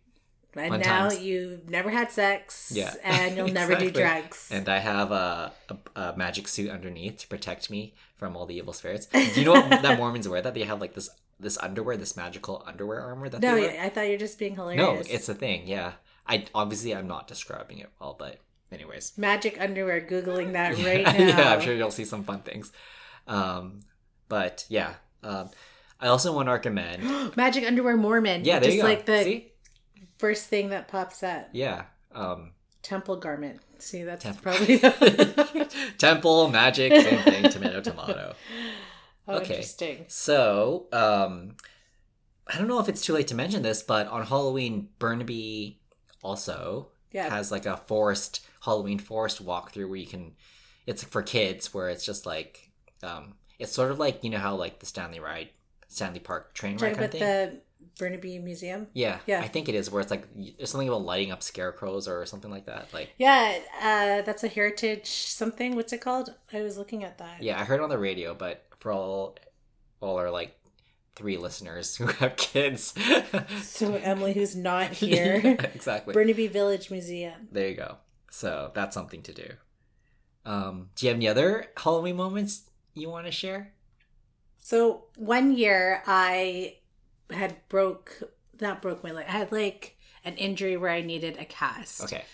Speaker 1: And
Speaker 2: Fun
Speaker 1: now
Speaker 2: times.
Speaker 1: you've never had sex.
Speaker 2: Yeah.
Speaker 1: And you'll never do
Speaker 2: Exactly.
Speaker 1: drugs.
Speaker 2: and I have a, a, a magic suit underneath to protect me from all the evil spirits. Do you know what, that Mormons wear? That they have like this this underwear, this magical underwear armor that
Speaker 1: no,
Speaker 2: they wear.
Speaker 1: I thought you were just being hilarious.
Speaker 2: no, it's a thing. Yeah, I obviously I'm not describing it well, but anyways.
Speaker 1: magic underwear. Googling that right now.
Speaker 2: yeah, I'm sure you'll see some fun things. Um, but yeah, um, I also want to recommend.
Speaker 1: Magic underwear Mormon.
Speaker 2: Yeah, there
Speaker 1: Just
Speaker 2: you go.
Speaker 1: like the
Speaker 2: See?
Speaker 1: first thing that pops up.
Speaker 2: Yeah. Um,
Speaker 1: Temple garment. See, that's
Speaker 2: Temple.
Speaker 1: probably
Speaker 2: temple, magic, same thing, tomato, tomato.
Speaker 1: oh,
Speaker 2: Okay.
Speaker 1: interesting.
Speaker 2: So, um, I don't know if it's too late to mention this, but on Halloween, Burnaby also
Speaker 1: Yeah.
Speaker 2: has like a forest, Halloween forest walkthrough where you can, it's for kids where it's just like, um, it's sort of like, you know how like the Stanley ride, Stanley Park train
Speaker 1: Talking
Speaker 2: ride kind
Speaker 1: about
Speaker 2: of thing?
Speaker 1: the Burnaby Museum.
Speaker 2: Yeah,
Speaker 1: Yeah.
Speaker 2: I think it is where it's like y- there's something about lighting up scarecrows or something like that. Like,
Speaker 1: Yeah, uh, that's a heritage something. What's it called? I was looking at that.
Speaker 2: yeah, I heard on the radio, but for all all our like three listeners who have kids,
Speaker 1: So Emily, who's not here,
Speaker 2: Yeah, exactly.
Speaker 1: Burnaby Village Museum.
Speaker 2: there you go. So that's something to do. Um, do you have any other Halloween moments you want to share?
Speaker 1: So one year I had broke, not broke my leg. I had like an injury where I needed a cast.
Speaker 2: Okay,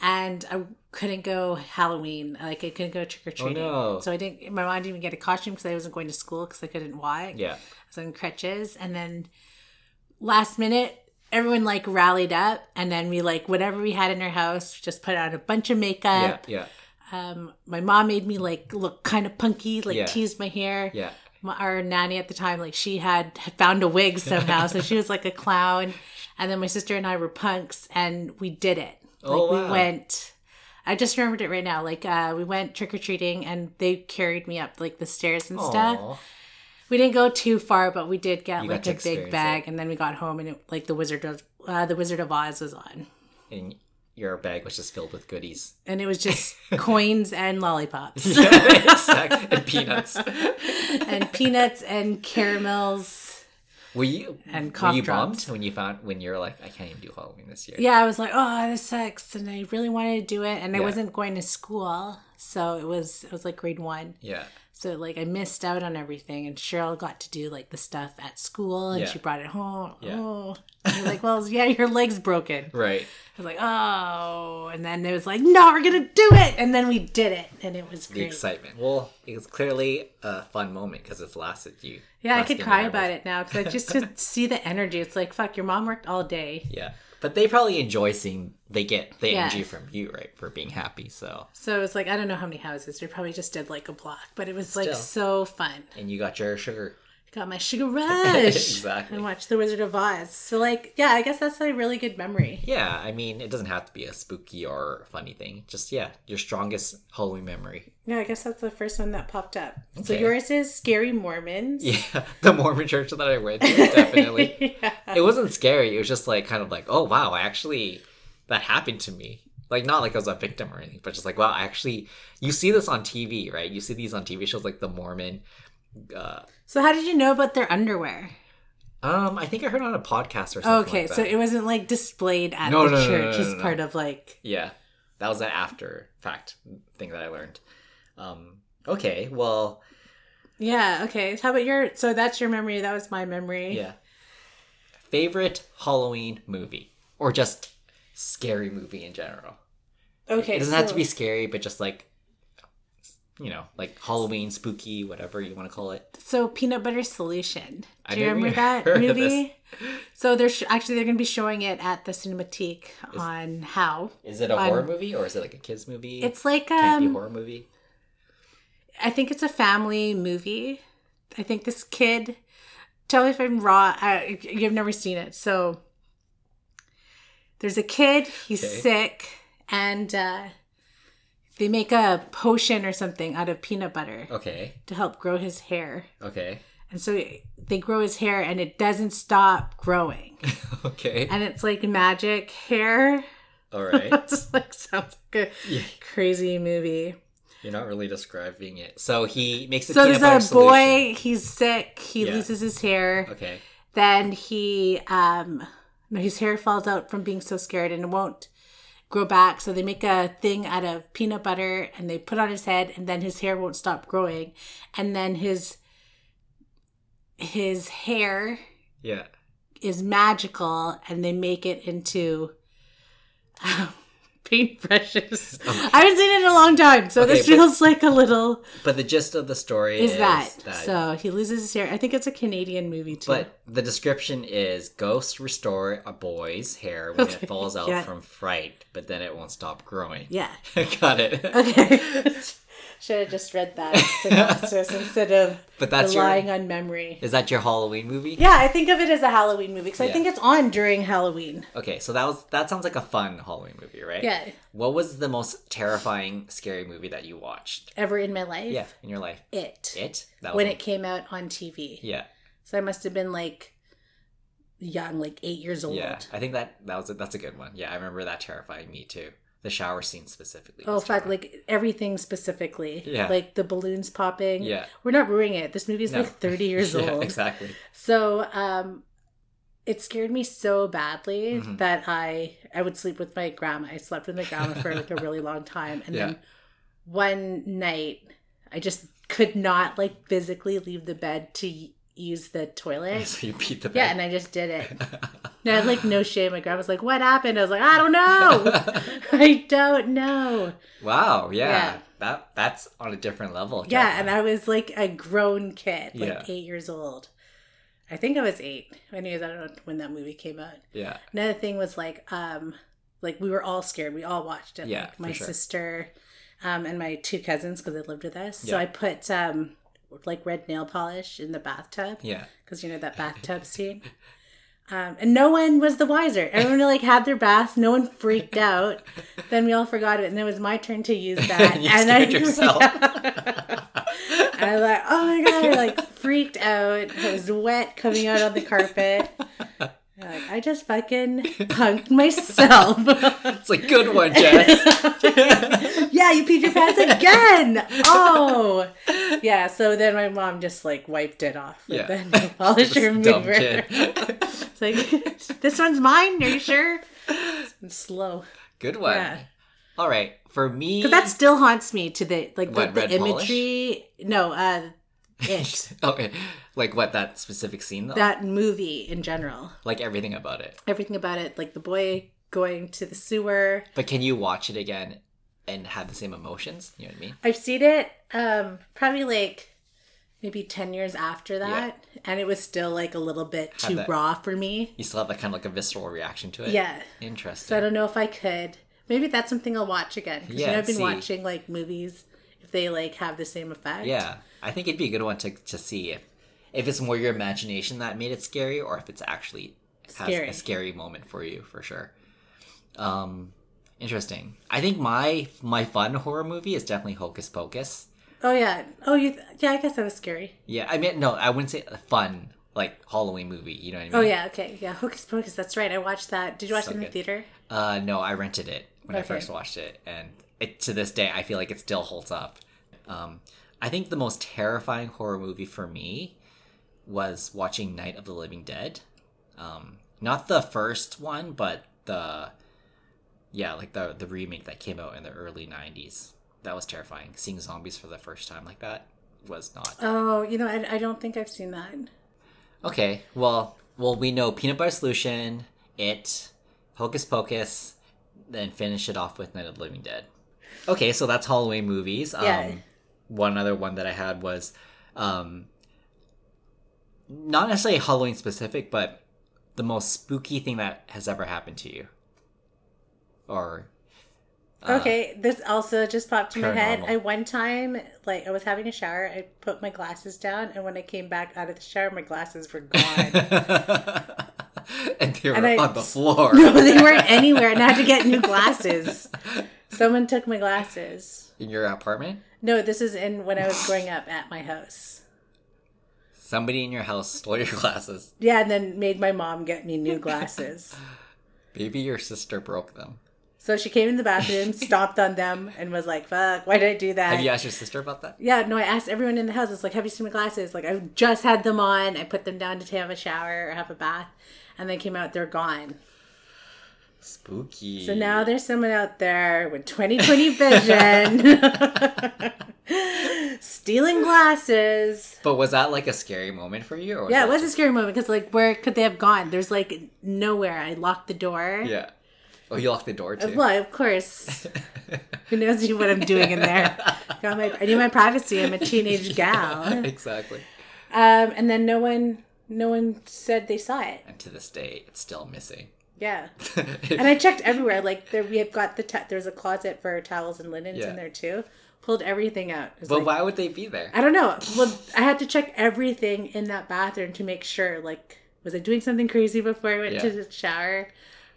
Speaker 1: and I couldn't go Halloween. Like I couldn't go trick or treating.
Speaker 2: Oh, no.
Speaker 1: So I didn't. My mom didn't even get a costume because I wasn't going to school because I couldn't walk.
Speaker 2: yeah,
Speaker 1: I was on crutches, and then last minute. Everyone like rallied up, and then we like whatever we had in our house, just put on a bunch of
Speaker 2: yeah,
Speaker 1: makeup.
Speaker 2: yeah,
Speaker 1: Um, my mom made me like look kind of punky, like
Speaker 2: Yeah.
Speaker 1: teased my hair.
Speaker 2: yeah.
Speaker 1: My, our nanny at the time, like she had had found a wig somehow, so she was like a clown. And then my sister and I were punks, and we did it. Like
Speaker 2: Oh, wow.
Speaker 1: we went. I just remembered it right now. Like uh, we went trick or treating, and they carried me up like the stairs and stuff.
Speaker 2: Aw.
Speaker 1: We didn't go too far, but we did get
Speaker 2: You got
Speaker 1: like
Speaker 2: to
Speaker 1: a big
Speaker 2: experience
Speaker 1: bag, and then we got home, and it, like the Wizard of uh, the Wizard of Oz was on,
Speaker 2: And your bag was just filled with goodies.
Speaker 1: and it was just coins and lollipops,
Speaker 2: exactly. And peanuts.
Speaker 1: and peanuts and caramels.
Speaker 2: Were you
Speaker 1: And
Speaker 2: were
Speaker 1: cough
Speaker 2: you
Speaker 1: drops.
Speaker 2: bummed when you found when you're like I can't even do Halloween this year?
Speaker 1: Yeah, I was like, oh, this sucks, and I really wanted to do it, and I
Speaker 2: Yeah.
Speaker 1: wasn't going to school, so it was it was like grade one,
Speaker 2: Yeah.
Speaker 1: so like I missed out on everything, and Cheryl got to do like the stuff at school, and
Speaker 2: Yeah.
Speaker 1: she brought it home.
Speaker 2: Yeah.
Speaker 1: Oh, and you're like, well, yeah, your leg's broken.
Speaker 2: Right.
Speaker 1: I was like, oh, and then it was like, no, we're gonna do it, and then we did it, and it was
Speaker 2: The
Speaker 1: great.
Speaker 2: excitement. Well, it's clearly a fun moment because it's lasted you.
Speaker 1: Yeah, I
Speaker 2: lasted
Speaker 1: could cry
Speaker 2: you
Speaker 1: about it now because just to see the energy, it's like, fuck, your mom worked all day.
Speaker 2: Yeah. But they probably enjoy seeing they get the
Speaker 1: Yeah.
Speaker 2: energy from you, right? For being happy. So
Speaker 1: So it was like, I don't know how many houses. We probably just did like a block, but it was like
Speaker 2: Still.
Speaker 1: so fun.
Speaker 2: and you got your sugar.
Speaker 1: Got my sugar rush.
Speaker 2: Exactly.
Speaker 1: And watched The Wizard of Oz. So, like, yeah, I guess that's a really good memory.
Speaker 2: Yeah, I mean it doesn't have to be a spooky or funny thing. Just yeah, your strongest Halloween memory.
Speaker 1: Yeah, I guess that's the first one that popped up. So
Speaker 2: Okay.
Speaker 1: yours is Scary Mormons.
Speaker 2: Yeah. The Mormon church that I went to, definitely.
Speaker 1: yeah.
Speaker 2: it wasn't scary. It was just like kind of like, oh wow, I actually that happened to me. Like not like I was a victim or anything, but just like wow, I actually you see this on TV, right? You see these on TV shows like The Mormon. Uh,
Speaker 1: So how did you know about their underwear?
Speaker 2: um, I think I heard on a podcast or something.
Speaker 1: Okay,
Speaker 2: like
Speaker 1: so
Speaker 2: that.
Speaker 1: it wasn't like displayed at
Speaker 2: No,
Speaker 1: the
Speaker 2: no, no, no,
Speaker 1: church
Speaker 2: no,
Speaker 1: as
Speaker 2: no, no.
Speaker 1: part of like
Speaker 2: yeah, that was an after fact thing that I learned. Um, okay, well,
Speaker 1: Yeah, okay. How about your so that's your memory, that was my memory.
Speaker 2: yeah. Favorite Halloween movie or just scary movie in general?
Speaker 1: Okay.
Speaker 2: it doesn't have to
Speaker 1: so-
Speaker 2: be scary, but just like you know, like Halloween, spooky, whatever you want to call it.
Speaker 1: So peanut butter solution.
Speaker 2: I
Speaker 1: Do you
Speaker 2: never
Speaker 1: remember
Speaker 2: even
Speaker 1: that
Speaker 2: heard of
Speaker 1: movie? So they're sh- actually they're going to be showing it at the Cinematique on How.
Speaker 2: Is it a
Speaker 1: Fun.
Speaker 2: horror movie or is it like a kids movie?
Speaker 1: It's like
Speaker 2: can't be
Speaker 1: um,
Speaker 2: horror movie.
Speaker 1: I think it's a family movie. I think this kid. Tell me if I'm wrong. I, you've never seen it, so there's a kid. He's
Speaker 2: Okay.
Speaker 1: sick, and uh, they make a potion or something out of peanut butter
Speaker 2: Okay,
Speaker 1: to help grow his hair.
Speaker 2: okay,
Speaker 1: And so they grow his hair, and it doesn't stop growing.
Speaker 2: okay.
Speaker 1: and it's like magic hair.
Speaker 2: All right,
Speaker 1: It's like sounds like a
Speaker 2: Yeah.
Speaker 1: crazy movie.
Speaker 2: you're not really describing it. So he makes a
Speaker 1: So
Speaker 2: peanut
Speaker 1: there's
Speaker 2: butter
Speaker 1: a
Speaker 2: solution.
Speaker 1: boy. He's sick. He
Speaker 2: Yeah.
Speaker 1: loses his hair.
Speaker 2: Okay,
Speaker 1: Then he, um, no, his hair falls out from being so scared, and it won't grow back. So they make a thing out of peanut butter, and they put on his head, and then his hair won't stop growing, and then his his hair
Speaker 2: yeah.
Speaker 1: is magical and they make it into um, paintbrushes. I haven't seen it in a long time, so
Speaker 2: Okay,
Speaker 1: this
Speaker 2: but-
Speaker 1: feels like a little
Speaker 2: But the gist of the story
Speaker 1: is,
Speaker 2: is,
Speaker 1: that. So he loses his hair. I think it's a Canadian movie too.
Speaker 2: But the description is ghosts restore a boy's hair when
Speaker 1: Okay,
Speaker 2: it falls out
Speaker 1: yeah.
Speaker 2: from fright, but then it won't stop growing.
Speaker 1: yeah.
Speaker 2: Got it.
Speaker 1: Okay. Should have just read that synopsis instead of
Speaker 2: But that's your-
Speaker 1: relying on memory.
Speaker 2: Is that your Halloween movie?
Speaker 1: Yeah, I think of it as a Halloween movie because I
Speaker 2: Yeah.
Speaker 1: think it's on during Halloween.
Speaker 2: Okay, so that was that sounds like a fun Halloween movie, right?
Speaker 1: Yeah.
Speaker 2: What was the most terrifying scary movie that you watched?
Speaker 1: Ever in my life,
Speaker 2: Yeah, in your life.
Speaker 1: it,
Speaker 2: It? That
Speaker 1: when
Speaker 2: was
Speaker 1: it came out on TV.
Speaker 2: Yeah.
Speaker 1: So I must have been like young, like eight years old.
Speaker 2: Yeah. I think that that was a, that's a good one. Yeah, I remember that terrifying me too. The shower scene specifically.
Speaker 1: Oh
Speaker 2: was
Speaker 1: fuck!
Speaker 2: terrifying.
Speaker 1: Like everything specifically,
Speaker 2: Yeah.
Speaker 1: Like the balloons popping.
Speaker 2: Yeah.
Speaker 1: we're not ruining it. This movie is
Speaker 2: No.
Speaker 1: like thirty years
Speaker 2: Yeah,
Speaker 1: old.
Speaker 2: Exactly.
Speaker 1: So, um, it scared me so badly
Speaker 2: Mhm.
Speaker 1: that I I would sleep with my grandma. I slept with my grandma for like a really long time, and then one night I just could not like physically leave the bed to y- use the toilet.
Speaker 2: so you beat the
Speaker 1: yeah,
Speaker 2: bed.
Speaker 1: and I just did it. And I had like no shame. My grandma's like, "What happened?" I was like, "I don't know. I don't know."
Speaker 2: wow, yeah.
Speaker 1: Oh. Yeah.
Speaker 2: That that's on a different level.
Speaker 1: Yeah, and I was like a grown kid, like
Speaker 2: Yeah.
Speaker 1: eight years old. I think I was eight. Anyways, I don't know when that movie came out.
Speaker 2: Yeah.
Speaker 1: Another thing was like, um, like we were all scared. We all watched it.
Speaker 2: Yeah,
Speaker 1: like
Speaker 2: for
Speaker 1: my
Speaker 2: sure.
Speaker 1: sister, um, and my two cousins because they lived with us. So
Speaker 2: Yeah.
Speaker 1: I put um, like red nail polish in the bathtub
Speaker 2: Yeah.
Speaker 1: because you know that bathtub scene. Um, and no one was the wiser. Everyone like had their bath. No one freaked out. then we all forgot it, and it was my turn to use that.
Speaker 2: And you scared yourself.
Speaker 1: I was like, oh my god, I like freaked out. It was wet coming out on the carpet. I'm Like, I just fucking punked myself.
Speaker 2: It's like good one, Jess.
Speaker 1: yeah, you peed your pants again. Oh, yeah. So then my mom just like wiped it off with
Speaker 2: Yeah.
Speaker 1: the polish
Speaker 2: This dumb
Speaker 1: remover.
Speaker 2: kid.
Speaker 1: It's like this one's mine. Are you sure? It's slow.
Speaker 2: Good one.
Speaker 1: Yeah.
Speaker 2: All right. For me,
Speaker 1: Because that still haunts me to the like
Speaker 2: What,
Speaker 1: the,
Speaker 2: red
Speaker 1: the imagery. No, uh, it
Speaker 2: okay. Like what that specific scene though?
Speaker 1: that movie in general,
Speaker 2: like everything about it.
Speaker 1: everything about it, like the boy going to the sewer.
Speaker 2: But can you watch it again and have the same emotions? You know what I mean?
Speaker 1: I've seen it um probably like maybe ten years after that, and it was still like a little bit
Speaker 2: Have
Speaker 1: too
Speaker 2: that-
Speaker 1: raw for me.
Speaker 2: You still have that kind of like a visceral reaction to it.
Speaker 1: Yeah, so
Speaker 2: Interesting.
Speaker 1: I don't know if I could. Maybe that's something I'll watch again. 'cause, you
Speaker 2: Yeah,
Speaker 1: know, I've
Speaker 2: and
Speaker 1: been
Speaker 2: see.
Speaker 1: watching like movies if they like have the same effect.
Speaker 2: yeah. I think it'd be a good one to to see if if it's more your imagination that made it scary or if it's actually has
Speaker 1: Scary.
Speaker 2: a scary moment for you for sure. Um interesting. I think my my fun horror movie is definitely Hocus Pocus.
Speaker 1: Oh yeah. Oh you. yeah. I guess that was scary.
Speaker 2: Yeah, I mean no, I wouldn't say a fun like Halloween movie, you know what I mean?
Speaker 1: Oh yeah, okay, yeah. Hocus Pocus. That's right. I watched that. Did you watch
Speaker 2: So
Speaker 1: it in the
Speaker 2: good.
Speaker 1: theater?
Speaker 2: Uh, no, I rented it when I
Speaker 1: Okay.
Speaker 2: first watched it, and it, to this day, I feel like it still holds up. Um, I think the most terrifying horror movie for me was watching Night of the Living Dead. Um, not the first one, but the yeah, like the the remake that came out in the early '90s. That was terrifying. Seeing zombies for the first time like that was not
Speaker 1: Oh, you know, I, I don't think I've seen that.
Speaker 2: okay. Well, well, we know Peanut Butter Solution, It, Hocus Pocus, then finish it off with Night of the Living Dead. Okay, so that's Halloween movies. Um,
Speaker 1: Yeah.
Speaker 2: One other one that I had was, um, not necessarily Halloween specific, but the most spooky thing that has ever happened to you, or
Speaker 1: Okay, this also just popped in my head.
Speaker 2: Uh, paranormal.
Speaker 1: I one time, like, I was having a shower. I put my glasses down, and when I came back out of the shower, my glasses were gone.
Speaker 2: and they were
Speaker 1: And I-
Speaker 2: on the floor.
Speaker 1: no, they weren't anywhere, and I had to get new glasses. Someone took my glasses.
Speaker 2: in your apartment.
Speaker 1: No, this is in when I was growing up at my house.
Speaker 2: Somebody in your house stole your glasses.
Speaker 1: Yeah, and then made my mom get me new glasses.
Speaker 2: Maybe your sister broke them.
Speaker 1: So she came in the bathroom, stomped on them, and was like, "Fuck, why did I do that?"
Speaker 2: Have you asked your sister about that?
Speaker 1: Yeah, no, I asked everyone in the house. It's like, have you seen my glasses? Like, I just had them on. I put them down to have a shower or have a bath, and they came out. They're gone.
Speaker 2: Spooky.
Speaker 1: So now there's someone out there with 2020 vision, stealing glasses.
Speaker 2: But was that like a scary moment for you? Or was
Speaker 1: Yeah, it
Speaker 2: that-
Speaker 1: was a scary moment because, like, where could they have gone? There's like nowhere. I locked the door.
Speaker 2: Yeah. Oh, you locked the door too.
Speaker 1: Well, of course. Who knows what I'm doing in there? Got my, I need my privacy. I'm a teenage gal.
Speaker 2: exactly.
Speaker 1: Um, and then no one, no one said they saw it.
Speaker 2: And to this day, it's still missing.
Speaker 1: Yeah. And I checked everywhere. Like there, we have got the t- there's a closet for towels and linens
Speaker 2: Yeah.
Speaker 1: in there too. Pulled everything out. It was
Speaker 2: but
Speaker 1: like-
Speaker 2: why would they be there?
Speaker 1: I don't know. Well, I had to check everything in that bathroom to make sure. Like, was I doing something crazy before I went to
Speaker 2: Yeah.
Speaker 1: the shower?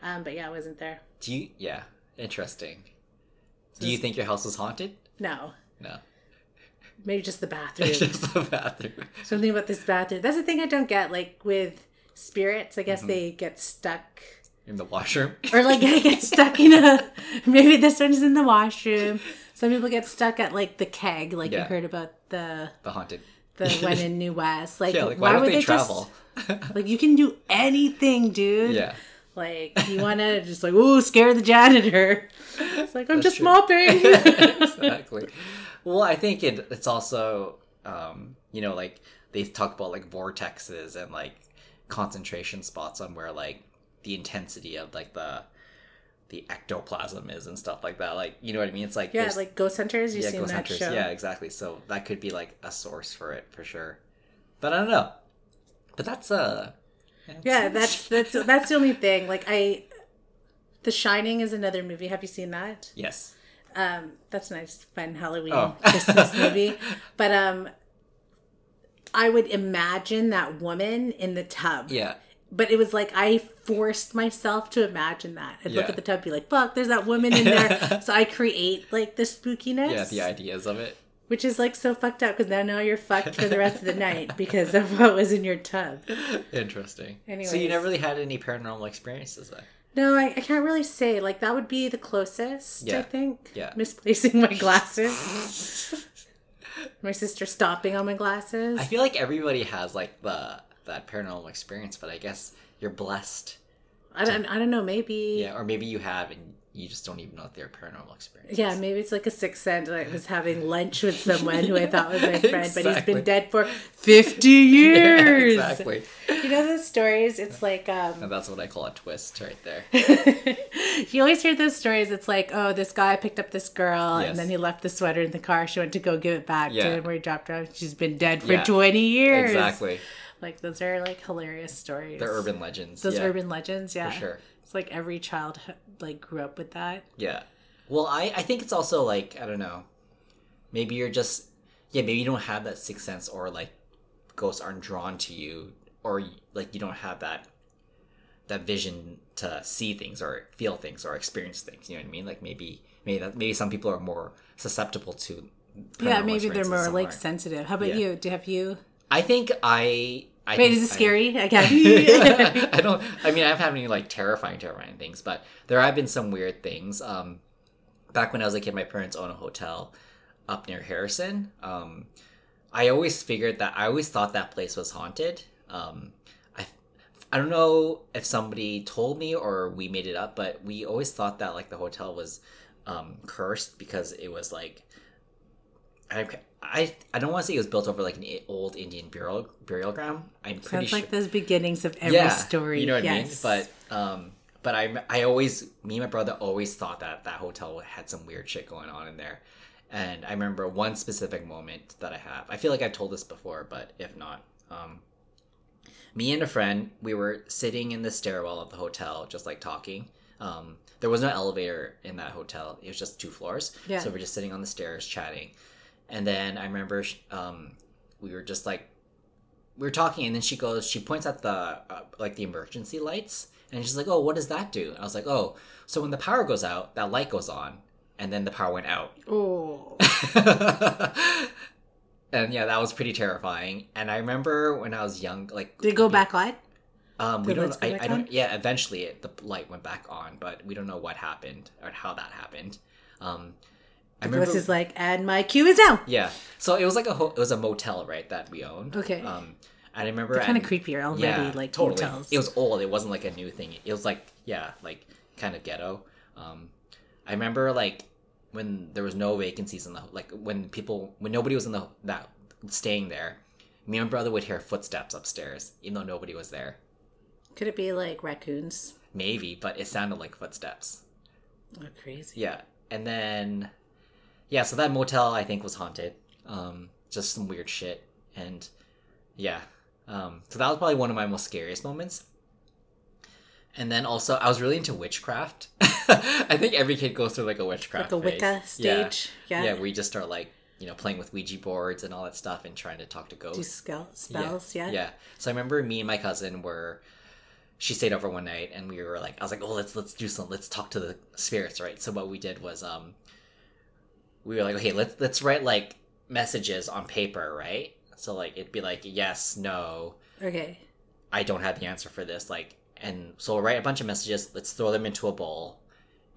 Speaker 1: Um, but yeah, I wasn't there.
Speaker 2: Do you? Yeah. Interesting. Do you think your house was haunted?
Speaker 1: No,
Speaker 2: No.
Speaker 1: maybe just the
Speaker 2: It's
Speaker 1: bathroom.
Speaker 2: just the bathroom.
Speaker 1: something about this bathroom. That's the thing I don't get. Like with spirits, I guess
Speaker 2: Mm-hmm.
Speaker 1: they get stuck.
Speaker 2: In the washroom.
Speaker 1: or like I get stuck in a maybe this one's in the washroom. Some people get stuck at like the keg, like you
Speaker 2: Yeah.
Speaker 1: heard about the
Speaker 2: The haunted.
Speaker 1: the one in New West. Like,
Speaker 2: Yeah, like, why, don't
Speaker 1: would
Speaker 2: they, travel?
Speaker 1: Just, like you can do anything, dude.
Speaker 2: yeah.
Speaker 1: Like you want to just like ooh scare the janitor. It's like I'm just mopping.
Speaker 2: exactly. Well, I think it, it's also, um, you know, like they talk about like vortexes and like concentration spots on where like the intensity of like the the ectoplasm is and stuff like that. Like, you know what I mean? It's like
Speaker 1: yeah,
Speaker 2: there's-
Speaker 1: like ghost hunters. You've
Speaker 2: yeah,
Speaker 1: seen
Speaker 2: ghost
Speaker 1: that
Speaker 2: hunters.
Speaker 1: show?
Speaker 2: Yeah, exactly. So that could be like a source for it for sure. But I don't know. But that's uh
Speaker 1: yeah. That's that's that's the only thing. Like I, The Shining is another movie. Have you seen that?
Speaker 2: yes.
Speaker 1: Um, that's a nice, fun Halloween
Speaker 2: Oh.
Speaker 1: Christmas movie. But um, I would imagine that woman in the tub.
Speaker 2: Yeah.
Speaker 1: But it was like I forced myself to imagine that. I'd look
Speaker 2: Yeah.
Speaker 1: at the tub, and be like, "Fuck, there's that woman in there." so I create like the spookiness,
Speaker 2: Yeah, the ideas of it.
Speaker 1: which is like so fucked up because now now you're fucked for the rest of the night because of what was in your tub.
Speaker 2: Interesting. So you
Speaker 1: Anyways.
Speaker 2: never really had any paranormal experiences then?
Speaker 1: No, I, I can't really say. Like that would be the closest, I
Speaker 2: Yeah.
Speaker 1: think.
Speaker 2: Yeah.
Speaker 1: Misplacing my glasses. my sister stomping on my glasses.
Speaker 2: I feel like everybody has like the that paranormal experience, but I guess you're blessed.
Speaker 1: I don't I don't know, maybe
Speaker 2: Yeah, or maybe you have and you just don't even know that they're paranormal experience.
Speaker 1: Yeah, maybe it's like a sixth sense. I was having lunch with someone who I thought was my friend, but he's
Speaker 2: Exactly.
Speaker 1: been dead for fifty years.
Speaker 2: exactly.
Speaker 1: You know those stories? It's like um,
Speaker 2: And that's what I call a twist right there.
Speaker 1: you always hear those stories. It's like, oh, this guy picked up this girl,
Speaker 2: Yes.
Speaker 1: and then he left the sweater in the car. She went to go give it back to
Speaker 2: Yeah.
Speaker 1: him, where he dropped her. off. She's been dead for
Speaker 2: Yeah.
Speaker 1: twenty years.
Speaker 2: Exactly.
Speaker 1: Like those are like hilarious stories.
Speaker 2: They're urban legends.
Speaker 1: Those
Speaker 2: yeah,
Speaker 1: urban legends, yeah.
Speaker 2: for sure.
Speaker 1: It's like every child like grew up with that.
Speaker 2: Yeah. Well, I I think it's also like I don't know. Maybe you're just yeah. Maybe you don't have that sixth sense, or like ghosts aren't drawn to you, or y- like you don't have that that vision to see things or feel things or experience things. You know what I mean? Like maybe maybe that, maybe some people are more susceptible to.
Speaker 1: yeah,
Speaker 2: paranormal
Speaker 1: maybe they're
Speaker 2: experiences
Speaker 1: more
Speaker 2: than
Speaker 1: like
Speaker 2: aren't.
Speaker 1: sensitive. How about
Speaker 2: Yeah.
Speaker 1: you? Do you have you?
Speaker 2: I think I. I
Speaker 1: Wait,
Speaker 2: think
Speaker 1: is it
Speaker 2: I-
Speaker 1: scary? I can't.
Speaker 2: I don't. I mean, I haven't had any like terrifying, terrifying things, but there have been some weird things. Um, back when I was a kid, my parents owned a hotel up near Harrison. Um, I always figured that I always thought that place was haunted. Um, I, I don't know if somebody told me or we made it up, but we always thought that like the hotel was um, cursed because it was like I, I, I don't want to say it was built over like an i- old Indian burial burial ground. I'm pretty
Speaker 1: Sounds
Speaker 2: sure
Speaker 1: like those beginnings of every story.
Speaker 2: you know what
Speaker 1: yes.
Speaker 2: I mean. But um, but I I always me and my brother always thought that that hotel had some weird shit going on in there, and I remember one specific moment that I have. I feel like I've told this before, but if not, um, me and a friend we were sitting in the stairwell of the hotel just like talking. Um, there was no elevator in that hotel. It was just two floors.
Speaker 1: Yeah.
Speaker 2: So we're just sitting on the stairs chatting. And then I remember sh- um, we were just like we were talking and then she goes she points at the uh, like the emergency lights and she's like oh what does that do and i was like oh so when the power goes out that light goes on and then the power went out
Speaker 1: oh,
Speaker 2: and yeah that was pretty terrifying and i remember when i was young like
Speaker 1: did it go back on?
Speaker 2: um we
Speaker 1: The lights
Speaker 2: don't
Speaker 1: go
Speaker 2: I,
Speaker 1: back
Speaker 2: I don't
Speaker 1: on?
Speaker 2: yeah eventually it, the light went back on but we don't know what happened or how that happened um i
Speaker 1: Remember, is like, and my cue is out.
Speaker 2: yeah so it was like a ho- it was a motel right that we owned
Speaker 1: Okay.
Speaker 2: um and i remember
Speaker 1: They're kind of
Speaker 2: at-
Speaker 1: creepier already. like hotels.
Speaker 2: it was old. It wasn't like a new thing. It was like yeah, like kind of ghetto. Um, I remember like when there was no vacancies in the like when people when nobody was in the that staying there. Me and my brother would hear footsteps upstairs, even though nobody was there.
Speaker 1: Could it be like raccoons?
Speaker 2: Maybe, but it sounded like footsteps.
Speaker 1: Oh, crazy.
Speaker 2: Yeah, and then yeah, so that motel I think was haunted. Um, just some weird shit, and yeah, um, so that was probably one of my most scariest moments. And then also, I was really into witchcraft. I think every kid goes through like a
Speaker 1: Like
Speaker 2: witchcraft,
Speaker 1: a Wicca
Speaker 2: phase. Yeah.
Speaker 1: stage.
Speaker 2: Yeah.
Speaker 1: Yeah.
Speaker 2: where you just start like you know playing with Ouija boards and all that stuff and trying to talk to ghosts.
Speaker 1: Do spell, spells. Yeah.
Speaker 2: Yeah. So I remember me and my cousin were she stayed over one night and we were like I was like, Oh let's let's do some let's talk to the spirits, right? So what we did was um we were like, Okay, let's let's write like messages on paper, right? So like it'd be like yes, no,
Speaker 1: Okay.
Speaker 2: I don't have the answer for this, like and so we'll write a bunch of messages, let's throw them into a bowl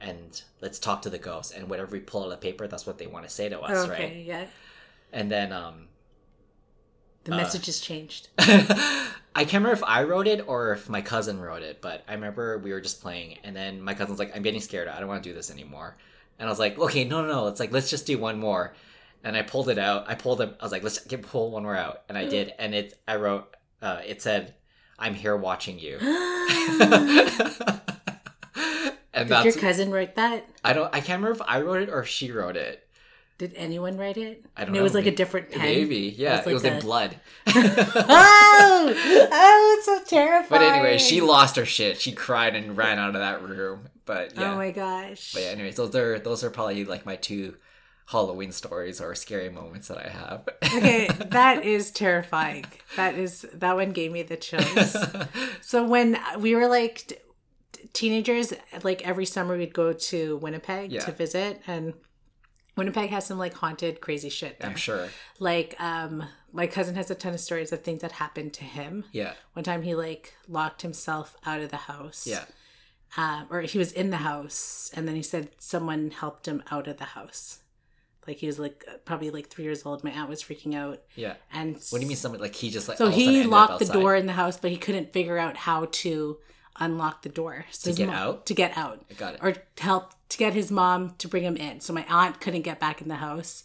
Speaker 2: and let's talk to the ghosts and whatever we pull out of the paper, that's what they want to say to us,
Speaker 1: okay.
Speaker 2: right? Uh,
Speaker 1: Yeah.
Speaker 2: And then um
Speaker 1: The
Speaker 2: Uh,
Speaker 1: message has changed.
Speaker 2: I can't remember if I wrote it or if my cousin wrote it, but I remember we were just playing, and then my cousin's like, "I'm getting scared. I don't want to do this anymore." And I was like, "Okay, no, no, no. It's like let's just do one more." And I pulled it out. I pulled it. I was like, "Let's get pull one more out," and I did. And it, I wrote, uh, it said, "I'm here watching you."
Speaker 1: Did
Speaker 2: and
Speaker 1: your
Speaker 2: that's
Speaker 1: cousin write that?
Speaker 2: I don't. I can't remember if I wrote it or if she wrote it.
Speaker 1: Did anyone write it?
Speaker 2: I don't
Speaker 1: And It was
Speaker 2: know,
Speaker 1: like a
Speaker 2: maybe-
Speaker 1: different pen.
Speaker 2: Maybe, yeah.
Speaker 1: like
Speaker 2: It was,
Speaker 1: a-
Speaker 2: in blood.
Speaker 1: Oh, oh, it's so terrifying.
Speaker 2: But anyway, she lost her shit. She cried and ran out of that room. But yeah.
Speaker 1: Oh my gosh.
Speaker 2: but yeah, anyways, those are those are probably like my two Halloween stories or scary moments that I have.
Speaker 1: okay, that is terrifying. That is that one gave me the chills. so when we were like t- teenagers, like every summer we'd go to Winnipeg
Speaker 2: Yeah.
Speaker 1: to visit, and Winnipeg has some like haunted, crazy shit. There.
Speaker 2: I'm sure.
Speaker 1: Like, um, my cousin has a ton of stories of things that happened to him.
Speaker 2: Yeah.
Speaker 1: One time he like locked himself out of the house.
Speaker 2: Yeah.
Speaker 1: uh, or he was in the house, and then he said someone helped him out of the house. Like he was like probably like three years old. My aunt was freaking out,
Speaker 2: Yeah.
Speaker 1: and
Speaker 2: What do you mean? Somebody like he just like
Speaker 1: So
Speaker 2: all of a sudden
Speaker 1: he
Speaker 2: ended up
Speaker 1: locked the
Speaker 2: outside?
Speaker 1: door in the house, but he couldn't figure out how to unlock the door so
Speaker 2: To
Speaker 1: his
Speaker 2: get
Speaker 1: mo-
Speaker 2: out?
Speaker 1: To get out,
Speaker 2: I got it.
Speaker 1: or to help to get his mom to bring him in. So my aunt couldn't get back in the house,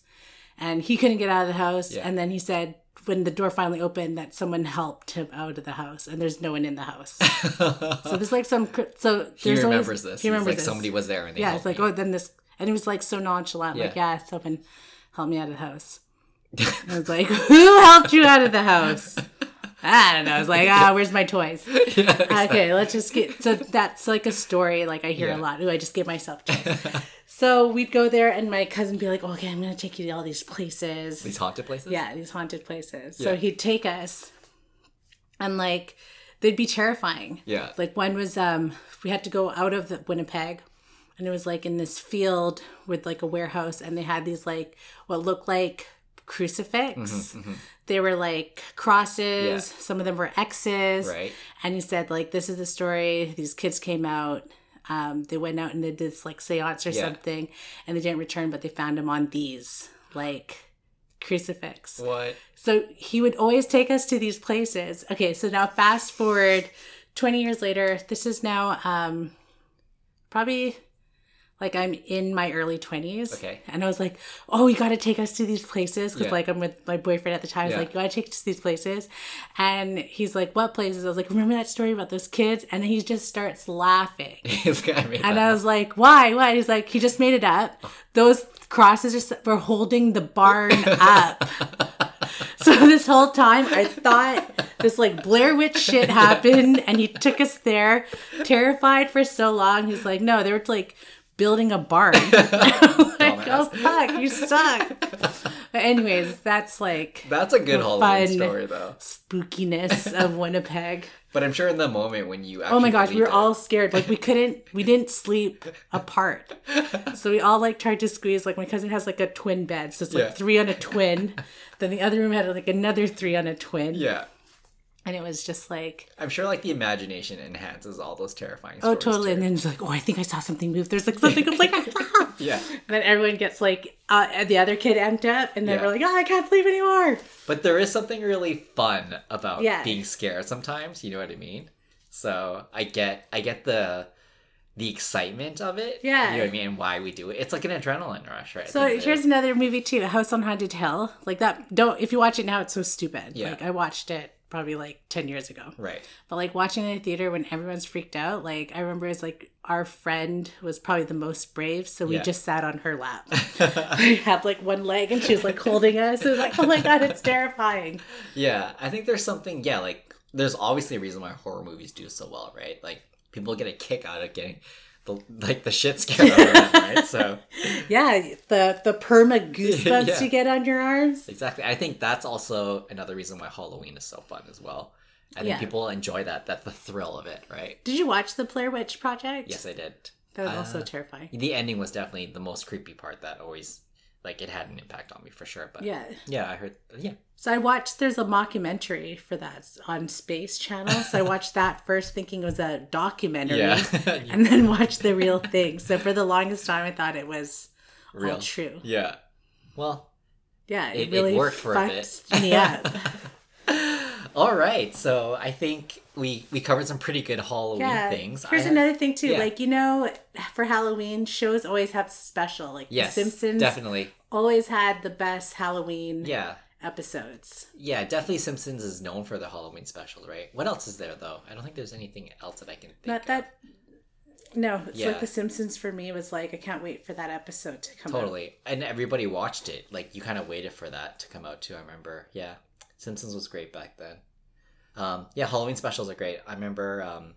Speaker 1: and he couldn't get out of the house.
Speaker 2: Yeah.
Speaker 1: And then he said, when the door finally opened, that someone helped him out of the house, and there's no one in the house. so there's like some cri- so there's
Speaker 2: he remembers
Speaker 1: always,
Speaker 2: this.
Speaker 1: He
Speaker 2: He's
Speaker 1: remembers
Speaker 2: like
Speaker 1: this.
Speaker 2: somebody was there and they
Speaker 1: yeah, it's like
Speaker 2: helped me.
Speaker 1: oh then this, and he was like so nonchalant, like
Speaker 2: Yeah.
Speaker 1: yeah, someone helped me out of the house. I was like, who helped you out of the house? I don't know. I was like, ah, where's my toys? Okay, let's just get. So that's like a story. Like I hear
Speaker 2: Yeah.
Speaker 1: a lot. Ooh, I just gave myself. Chills. so we'd go there, and my cousin would be like, okay, I'm gonna take you to all these places.
Speaker 2: These haunted places.
Speaker 1: oh, Yeah, these haunted places. So
Speaker 2: Yeah.
Speaker 1: he'd take us, and like they'd be terrifying.
Speaker 2: Yeah.
Speaker 1: Like one was um we had to go out of the Winnipeg, and it was like in this field with like a warehouse, and they had these like what looked like crucifix.
Speaker 2: Mm-hmm,
Speaker 1: They were like crosses.
Speaker 2: Yeah.
Speaker 1: Some of them were X's.
Speaker 2: Right.
Speaker 1: And he said like this is the story. These kids came out. Um, they went out and did this like seance or
Speaker 2: Yeah.
Speaker 1: something, and they didn't return, but they found him on these like crucifix.
Speaker 2: What?
Speaker 1: So he would always take us to these places. Okay, so now fast forward 20 years later, this is now um probably like I'm in my early 20s.
Speaker 2: Okay.
Speaker 1: And I was like, "Oh, you got to take us to these places cuz
Speaker 2: Yeah.
Speaker 1: like I'm with my boyfriend at the time. I was
Speaker 2: Yeah.
Speaker 1: like, "You got to take us to these places." And he's like, "What places?" I was like, "Remember that story about those kids?" And then he just starts laughing.
Speaker 2: This guy made
Speaker 1: And
Speaker 2: that
Speaker 1: I was like, why? Why? He's like, he just made it up. Those crosses are, s- were holding the barn up. so this whole time, I thought this like Blair Witch shit happened, and he took us there, terrified for so long. He's like, no, they were like building a barn. I'm like, oh fuck, you suck. But anyways, that's like
Speaker 2: That's a good Halloween
Speaker 1: fun.
Speaker 2: story, though.
Speaker 1: spookiness of Winnipeg.
Speaker 2: But I'm sure in the moment when you actually
Speaker 1: Oh my gosh, we
Speaker 2: believed
Speaker 1: were
Speaker 2: it-
Speaker 1: all scared. Like we couldn't, we didn't sleep apart. So we all like tried to squeeze. Like my cousin has like a twin bed, so it's like
Speaker 2: Yeah.
Speaker 1: three on a twin. then the other room had like another three on a twin,
Speaker 2: yeah.
Speaker 1: and it was just like
Speaker 2: I'm sure like the imagination enhances all those terrifying.
Speaker 1: oh
Speaker 2: Stories
Speaker 1: totally.
Speaker 2: too.
Speaker 1: And then it's like oh I think I saw something move. There's like something. I'm like ah!
Speaker 2: Yeah,
Speaker 1: then everyone gets like uh, the other kid amped up, and then
Speaker 2: Yeah.
Speaker 1: we're like oh I can't sleep anymore.
Speaker 2: but there is something really fun about
Speaker 1: Yeah.
Speaker 2: being scared sometimes. You know what I mean? So I get, I get the the excitement of it.
Speaker 1: Yeah.
Speaker 2: you know what I mean, and why we do it. It's like an adrenaline rush, right?
Speaker 1: So here's another movie too, House on Haunted Hill. Like that. Don't if you watch it now, it's so stupid.
Speaker 2: Yeah.
Speaker 1: Like I watched it probably like ten years ago.
Speaker 2: right.
Speaker 1: But like watching it in the theater when everyone's freaked out, like I remember it's like our friend was probably the most brave, so we
Speaker 2: Yeah.
Speaker 1: just sat on her lap. we had like one leg and she was like holding us. It was like, oh my god, it's terrifying.
Speaker 2: Yeah, I think there's something. Yeah, like there's obviously a reason why horror movies do so well, right? Like people get a kick out of getting the like the shit scared out of them, right? So
Speaker 1: Yeah, the the perma goosebumps
Speaker 2: Yeah.
Speaker 1: you get on your arms.
Speaker 2: exactly, I think that's also another reason why Halloween is so fun as well. I think
Speaker 1: Yeah.
Speaker 2: people enjoy that that the thrill of it, right?
Speaker 1: Did you watch the Blair Witch Project?
Speaker 2: Yes, Uh, I did.
Speaker 1: That was also terrifying.
Speaker 2: The ending was definitely the most creepy part that always like it had an impact on me for sure. But
Speaker 1: Yeah.
Speaker 2: yeah, I heard. Yeah,
Speaker 1: So I watched there's a mockumentary for that on Space Channel. So I watched that first thinking it was a documentary.
Speaker 2: yeah,
Speaker 1: And then watched the real thing. So for the longest time I thought it was
Speaker 2: real
Speaker 1: all true.
Speaker 2: Yeah. Well,
Speaker 1: Yeah,
Speaker 2: It-
Speaker 1: it,
Speaker 2: it
Speaker 1: really
Speaker 2: worked for a
Speaker 1: fucked
Speaker 2: bit.
Speaker 1: me up.
Speaker 2: All right, so I think we we covered some pretty good Halloween
Speaker 1: yeah.
Speaker 2: things.
Speaker 1: Here's
Speaker 2: I-
Speaker 1: another thing too.
Speaker 2: yeah.
Speaker 1: Like you know, for Halloween shows always have special. Like
Speaker 2: yes,
Speaker 1: The Simpsons
Speaker 2: definitely.
Speaker 1: always had the best Halloween
Speaker 2: Yeah,
Speaker 1: episodes.
Speaker 2: yeah, definitely. Simpsons is known for the Halloween specials, right? What else is there though? I don't think there's anything else that I can think.
Speaker 1: Not
Speaker 2: of.
Speaker 1: that. No, it's
Speaker 2: Yeah.
Speaker 1: like The Simpsons for me was like I can't wait for that episode to come out.
Speaker 2: totally, and everybody watched it. Like you kind of waited for that to come out too. I remember. Yeah, Simpsons was great back then. Um, yeah, Halloween specials are great. I remember. Um,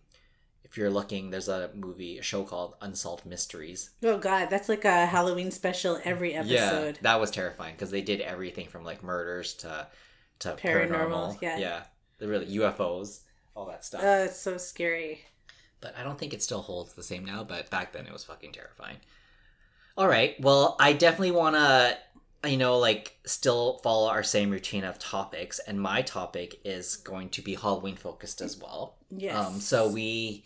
Speaker 2: if you're looking, there's a movie, a show called Unsolved Mysteries
Speaker 1: Oh god, that's like a Halloween special every episode.
Speaker 2: Yeah, that was terrifying because they did everything from like murders to to paranormal.
Speaker 1: Paranormal, yeah.
Speaker 2: yeah, they really UFOs, all that stuff.
Speaker 1: Oh, it's so scary.
Speaker 2: but I don't think it still holds the same now. But back then, it was fucking terrifying. All right, well, I definitely want to, you know, like still follow our same routine of topics, and my topic is going to be Halloween focused as well.
Speaker 1: Yes.
Speaker 2: Um, so Um, we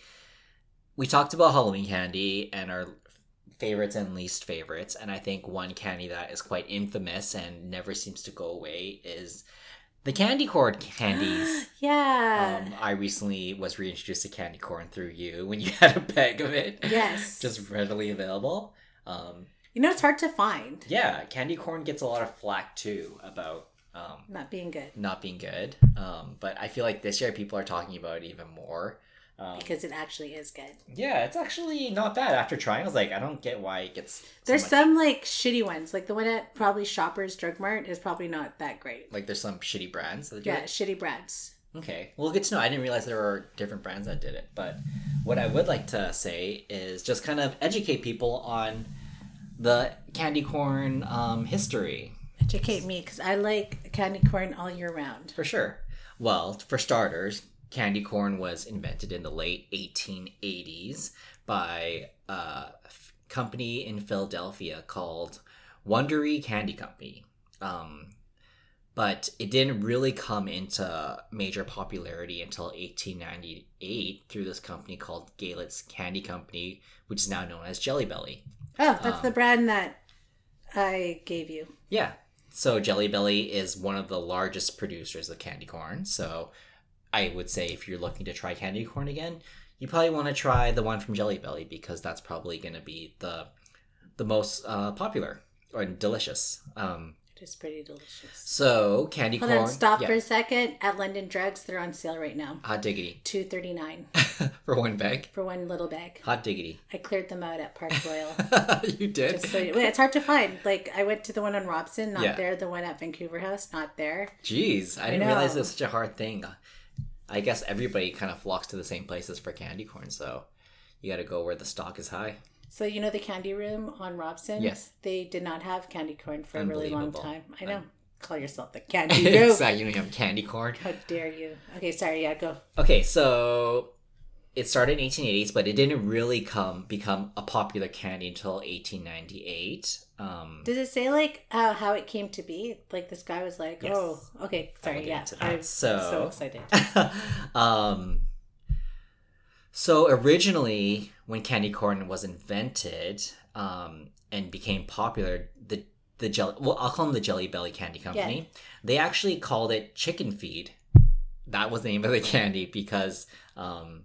Speaker 2: we talked about Halloween candy and our favorites and least favorites, and I think one candy that is quite infamous and never seems to go away is the candy corn candies.
Speaker 1: yeah.
Speaker 2: Um, I recently was reintroduced to candy corn through you when you had a bag of it.
Speaker 1: Yes.
Speaker 2: Just readily available. Um,
Speaker 1: you know, it's hard to find.
Speaker 2: yeah, candy corn gets a lot of flack too about um,
Speaker 1: Not being good
Speaker 2: not being good. Um, but I feel like this year people are talking about it even more. Um,
Speaker 1: because it actually is good.
Speaker 2: yeah, it's actually not bad. After trying, I was like, I don't get why it gets. so
Speaker 1: There's
Speaker 2: much-
Speaker 1: some like shitty ones, like the one at probably Shoppers Drug Mart is probably not that great.
Speaker 2: like there's some shitty brands that do
Speaker 1: Yeah,
Speaker 2: it.
Speaker 1: shitty breads.
Speaker 2: Okay, well, good to know. I didn't realize there were different brands that did it. But what I would like to say is just kind of educate people on the candy corn um, history
Speaker 1: Educate me because I like candy corn all year round.
Speaker 2: for sure. Well, for starters, candy corn was invented in the late 1880s by a f- company in Philadelphia called Wondery Candy Company. Um, but it didn't really come into major popularity until 1898 through this company called Galet's Candy Company, which is now known as Jelly Belly.
Speaker 1: Oh, that's the
Speaker 2: Um,
Speaker 1: brand that I gave you.
Speaker 2: Yeah. So Jelly Belly is one of the largest producers of candy corn. So I would say if you're looking to try candy corn again, you probably want to try the one from Jelly Belly because that's probably going to be the the most uh, popular or delicious. Um,
Speaker 1: It is pretty delicious.
Speaker 2: so candy
Speaker 1: Hold
Speaker 2: corn.
Speaker 1: on, stop
Speaker 2: yeah.
Speaker 1: for a second. At London Drugs, they're on sale right now.
Speaker 2: Hot diggity
Speaker 1: Two thirty nine
Speaker 2: for one bag.
Speaker 1: for one little bag.
Speaker 2: Hot diggity.
Speaker 1: I cleared them out at Park Royal.
Speaker 2: you did.
Speaker 1: Just so you- well, it's hard to find. Like I went to the one on Robson, not
Speaker 2: Yeah.
Speaker 1: there. The one at Vancouver House, not there.
Speaker 2: Jeez, I didn't realize
Speaker 1: know.
Speaker 2: it was such a hard thing. I guess everybody kind of flocks to the same places for candy corn, so you got to go where the stock is high.
Speaker 1: So you know the candy room on Robson.
Speaker 2: Yes.
Speaker 1: they did not have candy corn for a really long
Speaker 2: Unbelievable.
Speaker 1: time. I know. Call yourself the candy room.
Speaker 2: exactly. You don't have candy corn.
Speaker 1: How dare you? Okay, sorry. Yeah, go.
Speaker 2: Okay, so it started in 1880s, but it didn't really come become a popular candy until 1898. Um,
Speaker 1: Does it say like uh, how it came to be? Like this guy was like,
Speaker 2: Yes.
Speaker 1: "Oh, okay,
Speaker 2: I'll
Speaker 1: sorry,
Speaker 2: get
Speaker 1: yeah."
Speaker 2: into that.
Speaker 1: I'm
Speaker 2: So-
Speaker 1: so, excited.
Speaker 2: um, so originally, when candy corn was invented um, and became popular, the the jelly well, I'll call them the Jelly Belly Candy Company. They actually called it chicken feed. That was the name of the candy because um,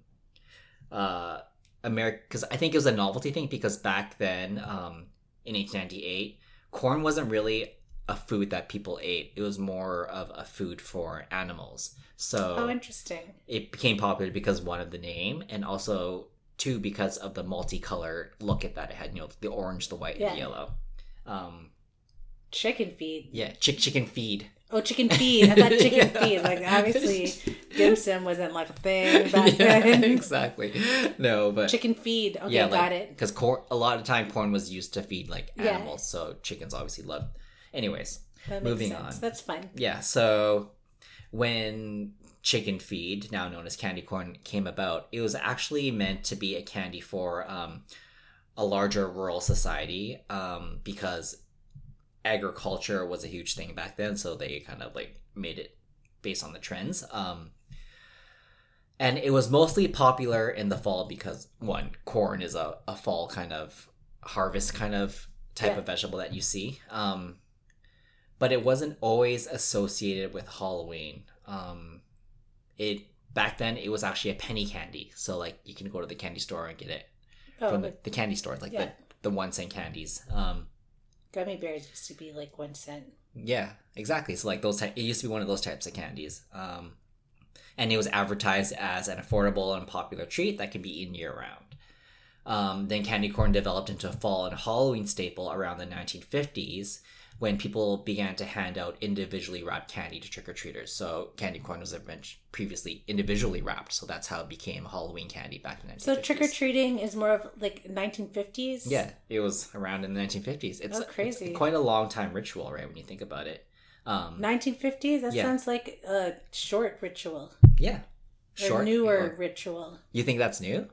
Speaker 2: uh, America. Because I think it was a novelty thing because back then um, in 1898, corn wasn't really a food that people ate. It was more of a food for animals. So
Speaker 1: Oh, interesting.
Speaker 2: it became popular because one of the name and also two because of the multicolor look at that it had you know the orange the white and
Speaker 1: Yeah.
Speaker 2: the yellow um
Speaker 1: Chicken feed.
Speaker 2: yeah chick chicken feed
Speaker 1: Oh, chicken feed. I thought chicken
Speaker 2: Yeah.
Speaker 1: feed. Like obviously, dim sum wasn't like a thing back
Speaker 2: Yeah,
Speaker 1: then.
Speaker 2: exactly no but
Speaker 1: Chicken feed. Okay,
Speaker 2: yeah
Speaker 1: got
Speaker 2: like
Speaker 1: it.
Speaker 2: because corn a lot of time corn was used to feed like
Speaker 1: Yeah.
Speaker 2: animals so chickens obviously love anyways
Speaker 1: That
Speaker 2: moving on.
Speaker 1: That's fun.
Speaker 2: yeah so when chicken feed now known as candy corn came about it was actually meant to be a candy for um, a larger rural society um, because agriculture was a huge thing back then so they kind of like made it based on the trends um, and it was mostly popular in the fall because one corn is a, a fall kind of harvest kind of type
Speaker 1: Yeah.
Speaker 2: of vegetable that you see um, but it wasn't always associated with Halloween. Um, it back then it was actually a penny candy, so like you can go to the candy store and get it
Speaker 1: Oh,
Speaker 2: from the,
Speaker 1: but
Speaker 2: the candy store, like
Speaker 1: yeah.
Speaker 2: the the one cent candies. Um,
Speaker 1: gummy bears used to be like one cent.
Speaker 2: yeah, exactly. So like those, ty- it used to be one of those types of candies, um, and it was advertised as an affordable and popular treat that can be eaten year round. Um, then candy corn developed into a fall and Halloween staple around the 1950s when people began to hand out individually wrapped candy to trick or treaters. So candy corn was invent- previously individually wrapped, so that's how it became Halloween candy back in the 1950s.
Speaker 1: So trick or treating is more of like 1950s.
Speaker 2: Yeah, it was around in the 1950s. It's
Speaker 1: Oh,
Speaker 2: it's
Speaker 1: crazy.
Speaker 2: quite a long time ritual, right? When you think about it. Um,
Speaker 1: 1950s. That
Speaker 2: Yeah.
Speaker 1: sounds like a short ritual,
Speaker 2: Yeah.
Speaker 1: or
Speaker 2: Short.
Speaker 1: newer
Speaker 2: people.
Speaker 1: ritual.
Speaker 2: You think that's new?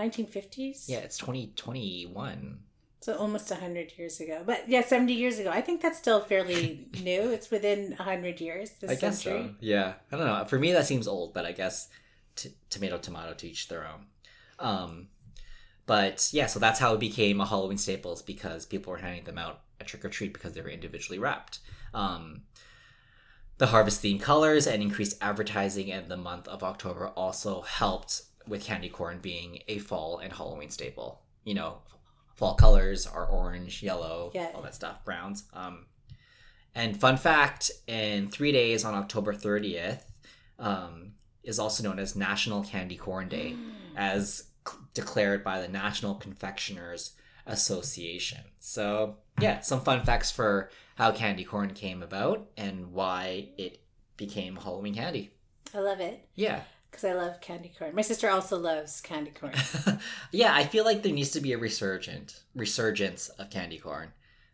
Speaker 1: 1950s.
Speaker 2: Yeah, it's 2021.
Speaker 1: So almost 100 years ago. But yeah, 70 years ago. I think that's still fairly new. It's within 100 years this
Speaker 2: I guess so.
Speaker 1: century.
Speaker 2: Yeah. I don't know. For me, that seems old, but I guess t- tomato, tomato to each their own. Um, But yeah, so that's how it became a Halloween staples because people were handing them out a trick or treat because they were individually wrapped. Um, the harvest themed colors and increased advertising in the month of October also helped with candy corn being a fall and Halloween staple. You know, fall colors are orange, yellow,
Speaker 1: Yeah.
Speaker 2: all that stuff, browns. Um, and fun fact in three days on October 30th um, is also known as National Candy Corn Day, as c- declared by the National Confectioners Association. So, yeah, some fun facts for how candy corn came about and why it became Halloween candy.
Speaker 1: I love it
Speaker 2: Yeah.
Speaker 1: because I love candy corn. My sister also loves candy corn.
Speaker 2: yeah, I feel like there needs to be a resurgent resurgence of candy corn.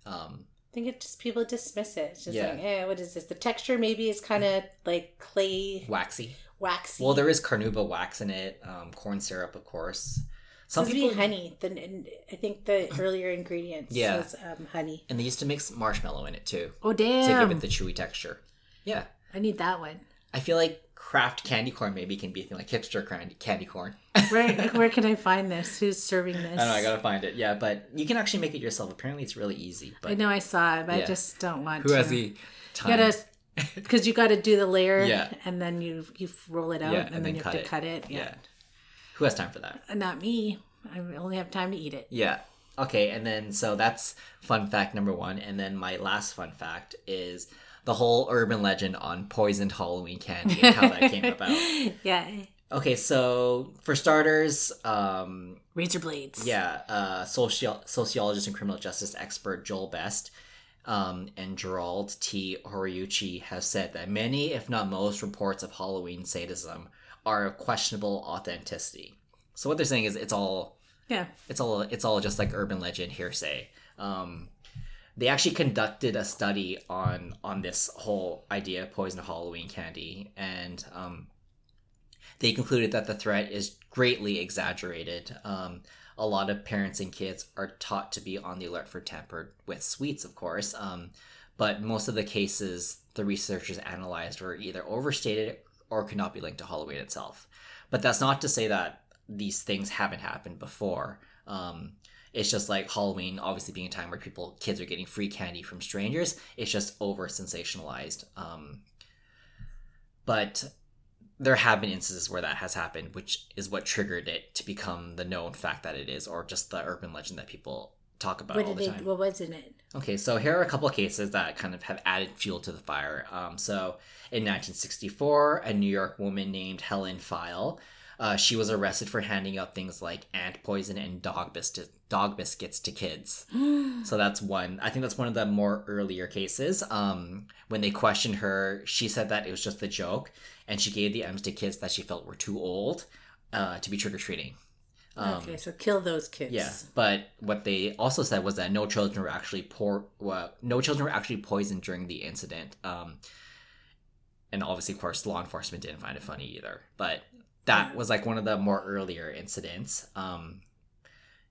Speaker 2: Um,
Speaker 1: I think it just people dismiss it. It's just
Speaker 2: Yeah.
Speaker 1: like, eh, what is this? The texture maybe is kind of like clay
Speaker 2: waxy.
Speaker 1: waxy.
Speaker 2: Well, there is carnauba wax in it, um, corn syrup, of course. Some
Speaker 1: Supposed to be
Speaker 2: people
Speaker 1: honey. Then and I think the earlier ingredients
Speaker 2: Yeah.
Speaker 1: was um, honey.
Speaker 2: and they used to mix marshmallow in it too
Speaker 1: Oh
Speaker 2: to
Speaker 1: damn!
Speaker 2: give it the chewy texture. Yeah,
Speaker 1: I need that one.
Speaker 2: I feel like craft candy corn maybe can be a thing like hipster candy candy corn.
Speaker 1: Where where can I find this? Who's serving this?
Speaker 2: I don't know. I gotta find it. Yeah, but you can actually make it yourself. Apparently, it's really easy.
Speaker 1: I
Speaker 2: But
Speaker 1: know I saw it, but I
Speaker 2: Yeah.
Speaker 1: just don't want
Speaker 2: who
Speaker 1: to.
Speaker 2: has the time?
Speaker 1: You gotta, because you got to do the layer,
Speaker 2: Yeah.
Speaker 1: and then you you roll it out,
Speaker 2: Yeah,
Speaker 1: and, then you have to cut it. Yeah.
Speaker 2: Who has time for that?
Speaker 1: not me. I only have time to eat it.
Speaker 2: Yeah. Okay, and then so that's fun fact number one, and then my last fun fact is the whole urban legend on poisoned Halloween candy and how that came about.
Speaker 1: Yeah,
Speaker 2: Okay, so for starters, um,
Speaker 1: razor blades.
Speaker 2: Yeah, uh, socio- sociologist and criminal justice expert Joel Best um, and Gerald T. Horiuchi have said that many, if not most, reports of Halloween sadism are of questionable authenticity. So what they're saying is it's all
Speaker 1: yeah.
Speaker 2: it's all it's all just like urban legend hearsay. Um, they actually conducted a study on on this whole idea of poison Halloween candy, and um, they concluded that the threat is greatly exaggerated. Um, a lot of parents and kids are taught to be on the alert for tampered with sweets, of course. Um, but most of the cases the researchers analyzed were either overstated or could not be linked to Halloween itself. But that's not to say that these things haven't happened before. Um, it's just like Halloween, obviously being a time where people, kids are getting free candy from strangers. It's just over sensationalized. Um, but there have been instances where that has happened, which is what triggered it to become the known fact that it is, or just the urban legend that people talk about
Speaker 1: What
Speaker 2: all
Speaker 1: did
Speaker 2: the
Speaker 1: they?
Speaker 2: time.
Speaker 1: What was in it?
Speaker 2: Okay, so here are a couple of cases that kind of have added fuel to the fire. Um, so in 1964, a New York woman named Helen File, uh, she was arrested for handing out things like ant poison and dog biscuits, dog biscuits to kids. So that's one. I think that's one of the more earlier cases. Um, when they questioned her, she said that it was just a joke, and she gave the M's to kids that she felt were too old uh, to be Um, trick or treating.
Speaker 1: okay, so kill those kids.
Speaker 2: Yeah, but what they also said was that no children were actually poor. Well, no children were actually poisoned during the incident. Um, and obviously, of course, law enforcement didn't find it funny either. But that was like one of the more earlier incidents. Um,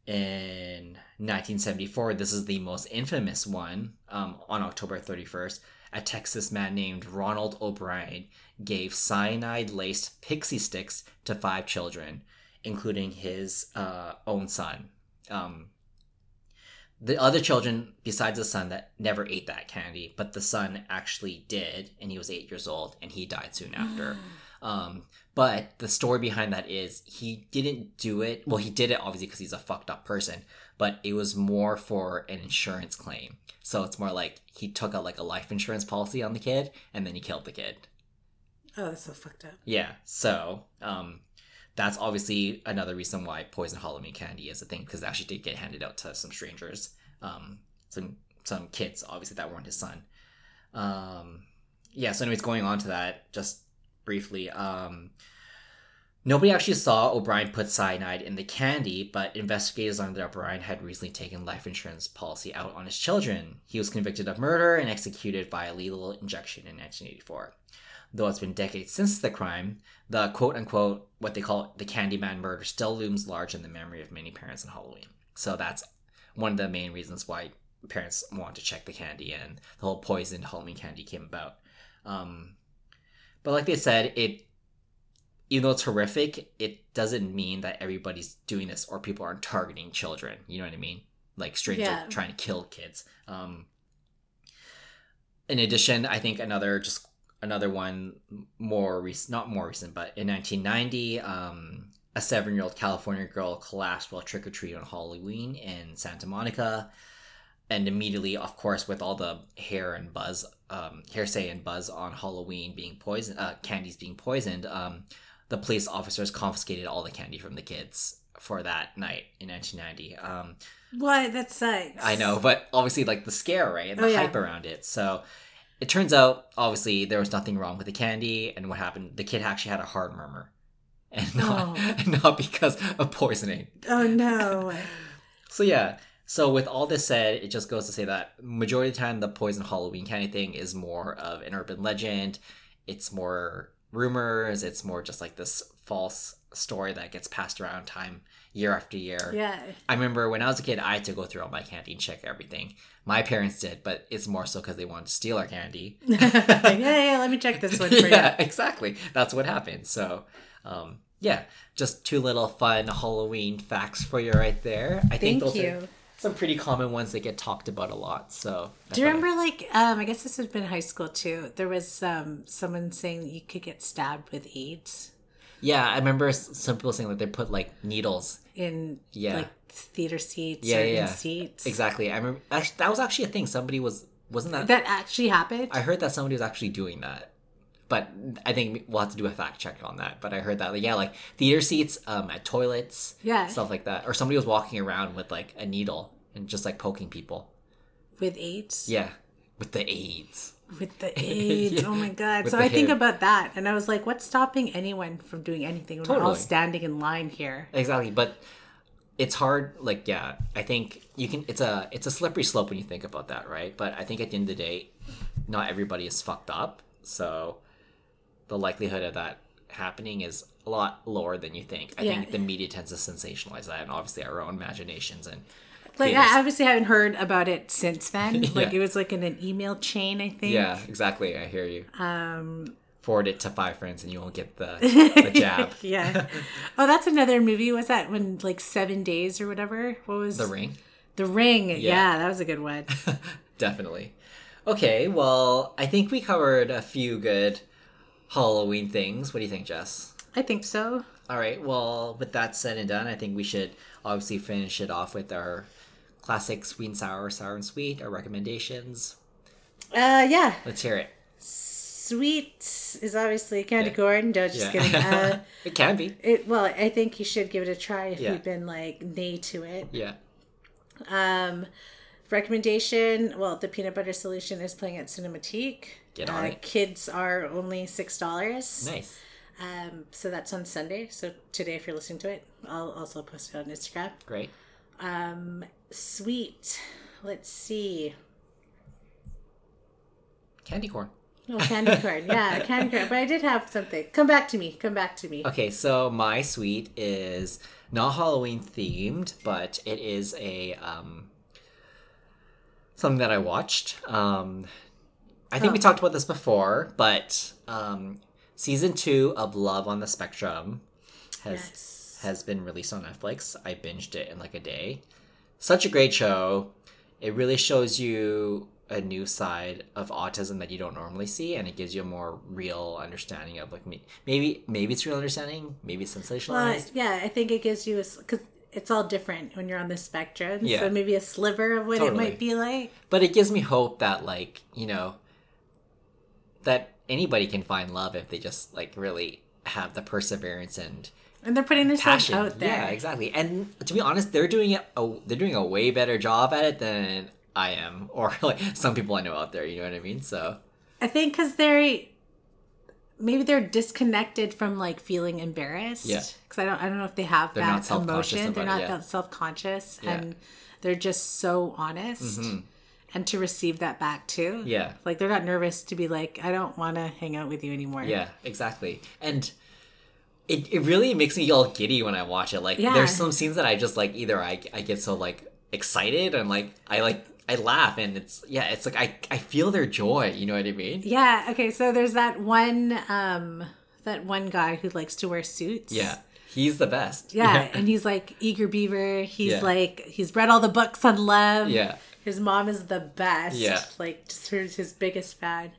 Speaker 2: in 1974, this is the most infamous one. Um, on October 31st, a Texas man named Ronald O'Brien gave cyanide laced pixie sticks to five children, including his uh, own son. Um, the other children, besides the son, that never ate that candy, but the son actually did, and he was eight years old, and he died soon after. Um, but the story behind that is he didn't do it. Well, he did it obviously because he's a fucked up person, but it was more for an insurance claim. So it's more like he took out like a life insurance policy on the kid, and then he killed the kid.
Speaker 1: Oh, that's so fucked up.
Speaker 2: Yeah. So, um, that's obviously another reason why poison Halloween candy is a thing because it actually did get handed out to some strangers, um, some some kids obviously that weren't his son. Um, yeah. So, anyways, going on to that just briefly. Um, nobody actually saw O'Brien put cyanide in the candy, but investigators learned that O'Brien had recently taken life insurance policy out on his children. He was convicted of murder and executed by a lethal injection in 1984 though it's been decades since the crime, the quote unquote, what they call the Candyman murder, still looms large in the memory of many parents on Halloween. So that's one of the main reasons why parents want to check the candy and the whole poisoned Halloween candy came about. Um, but like they said, it even though it's horrific, it doesn't mean that everybody's doing this or people aren't targeting children. You know what I mean? Like strangers
Speaker 1: Yeah.
Speaker 2: trying to kill kids. Um, in addition, I think another just another one more recent, not more recent, but in 1990, um, a seven year old California girl collapsed while trick or treating on Halloween in Santa Monica. And immediately, of course, with all the hair and buzz, um, hearsay and buzz on Halloween being poisoned, uh, candies being poisoned, um, the police officers confiscated all the candy from the kids for that night in 1990. Um,
Speaker 1: What? That sucks.
Speaker 2: I know, but obviously, like the scare, right, and the
Speaker 1: Oh, yeah.
Speaker 2: hype around it. So it turns out, obviously, there was nothing wrong with the candy, and what happened? The kid actually had a heart murmur, and not,
Speaker 1: Oh.
Speaker 2: and not because of poisoning.
Speaker 1: Oh no.
Speaker 2: So yeah. So with all this said, it just goes to say that majority of the time the poison Halloween candy thing is more of an urban legend. It's more rumors. It's more just like this false story that gets passed around time year after year.
Speaker 1: yeah.
Speaker 2: I remember when I was a kid, I had to go through all my candy and check everything. My parents did, but it's more so because they wanted to steal our candy.
Speaker 1: yeah. Yeah. Let me check this one for
Speaker 2: yeah, exactly. That's what happened. So, um, yeah, just two little fun Halloween facts for you right there. I think
Speaker 1: you. Thank
Speaker 2: those are
Speaker 1: you.
Speaker 2: some pretty common ones that get talked about a lot. So, that's
Speaker 1: Do you
Speaker 2: what I-
Speaker 1: remember, like, um, I guess this would have been high school too. There was um, someone saying you could get stabbed with AIDS
Speaker 2: yeah, I remember s- some people saying that they put like needles.
Speaker 1: in
Speaker 2: Yeah.
Speaker 1: like theater seats
Speaker 2: Yeah,
Speaker 1: or
Speaker 2: yeah, yeah.
Speaker 1: in seats.
Speaker 2: Exactly. I remember actually, that was actually a thing. Somebody was wasn't that?
Speaker 1: That actually happened.
Speaker 2: I heard that somebody was actually doing that. But I think we'll have to do a fact check on that. But I heard that, like, yeah, like theater seats, um, at toilets,
Speaker 1: yeah,
Speaker 2: stuff like that. Or somebody was walking around with like a needle and just like poking people.
Speaker 1: with AIDS.
Speaker 2: Yeah, with the AIDS.
Speaker 1: With the AIDS.
Speaker 2: Yeah.
Speaker 1: Oh my god.
Speaker 2: With
Speaker 1: So
Speaker 2: the
Speaker 1: I think
Speaker 2: hair.
Speaker 1: about that, and I was like, what's stopping anyone from doing anything? We're all
Speaker 2: Totally.
Speaker 1: standing in line here.
Speaker 2: Exactly, but it's hard. Like, yeah, I think you can. It's a it's a slippery slope when you think about that, right? But I think at the end of the day, not everybody is fucked up, so the likelihood of that happening is a lot lower than you think. I
Speaker 1: Yeah.
Speaker 2: think the media tends to sensationalize that, and obviously our own imaginations and
Speaker 1: Like,
Speaker 2: Theaters.
Speaker 1: I obviously haven't heard about it since then. Like,
Speaker 2: Yeah.
Speaker 1: it was like in an email chain, I think.
Speaker 2: yeah, exactly. I hear you. Um, forward it to five friends, and you will get the the jab.
Speaker 1: yeah. Oh, that's another movie. Was that when like seven days or whatever? What was
Speaker 2: The ring.
Speaker 1: The Ring? Yeah. that was a good one.
Speaker 2: Definitely. Okay, well, I think we covered a few good Halloween things. What do you think, Jess?
Speaker 1: I think so.
Speaker 2: All right, well, with that said and done, I think we should obviously finish it off with our classic sweet and sour, sour and sweet, our recommendations.
Speaker 1: Uh, yeah.
Speaker 2: Let's hear it.
Speaker 1: Sweet is obviously candy
Speaker 2: Yeah.
Speaker 1: corn. No, just kidding. Uh,
Speaker 2: it can be.
Speaker 1: it, well, I think you should give it a try if
Speaker 2: Yeah.
Speaker 1: you've been like nay to it.
Speaker 2: Yeah.
Speaker 1: Um, recommendation: Well, the peanut butter solution is playing at Cinematique.
Speaker 2: Get on
Speaker 1: uh,
Speaker 2: it.
Speaker 1: Kids are only six dollars.
Speaker 2: Nice.
Speaker 1: Um, so that's on Sunday. So today, if you're listening to it, I'll also post it on Instagram.
Speaker 2: Great.
Speaker 1: Sweet. Let's see.
Speaker 2: Candy corn.
Speaker 1: Oh, candy corn. Yeah, candy corn. But I did have something. Come back to me. Come back to me.
Speaker 2: Okay, so my sweet is not Halloween themed, but it is a um something that I watched. Um I think we talked about this before, but um season 2 of Love on the Spectrum has
Speaker 1: Yes.
Speaker 2: has been released on Netflix. I binged it in like a day. Such a great show. It really shows you a new side of autism that you don't normally see, and it gives you a more real understanding of like me- maybe maybe it's real understanding, maybe it's sensationalized.
Speaker 1: But yeah, I think it gives you a because it's all different when you're on the spectrum.
Speaker 2: Yeah.
Speaker 1: So maybe a sliver of what it
Speaker 2: Totally.
Speaker 1: might be like.
Speaker 2: but it gives me hope that like you know that anybody can find love if they just like really have the perseverance and
Speaker 1: And they're putting themselves
Speaker 2: passion
Speaker 1: out there.
Speaker 2: Yeah, exactly. And to be honest, they're doing it. A, they're doing a way better job at it than I am, or like some people I know out there. You know what I mean? So
Speaker 1: I think because they're maybe they're disconnected from like feeling embarrassed.
Speaker 2: Yeah.
Speaker 1: Because I don't, I don't know if they have
Speaker 2: They're not
Speaker 1: that
Speaker 2: self-conscious
Speaker 1: emotion. They're
Speaker 2: about
Speaker 1: not
Speaker 2: it, yeah.
Speaker 1: that self conscious,
Speaker 2: Yeah. Mm-hmm.
Speaker 1: and they're just so honest. And to receive that back too.
Speaker 2: Yeah.
Speaker 1: Like they're not nervous to be like, I don't want to hang out with you anymore.
Speaker 2: yeah, exactly. And it, it really makes me all giddy when I watch it. Like
Speaker 1: Yeah.
Speaker 2: there's some scenes that I just like. Either I I get so like excited and like I like I laugh and it's yeah it's like I I feel their joy. You know what I mean?
Speaker 1: Yeah. Okay. So there's that one um, that one guy who likes to wear suits.
Speaker 2: Yeah. He's the best.
Speaker 1: Yeah, and he's like eager beaver. He's
Speaker 2: Yeah.
Speaker 1: like he's read all the books on love.
Speaker 2: Yeah.
Speaker 1: His mom is the best.
Speaker 2: Yeah.
Speaker 1: Like just her, his biggest fan.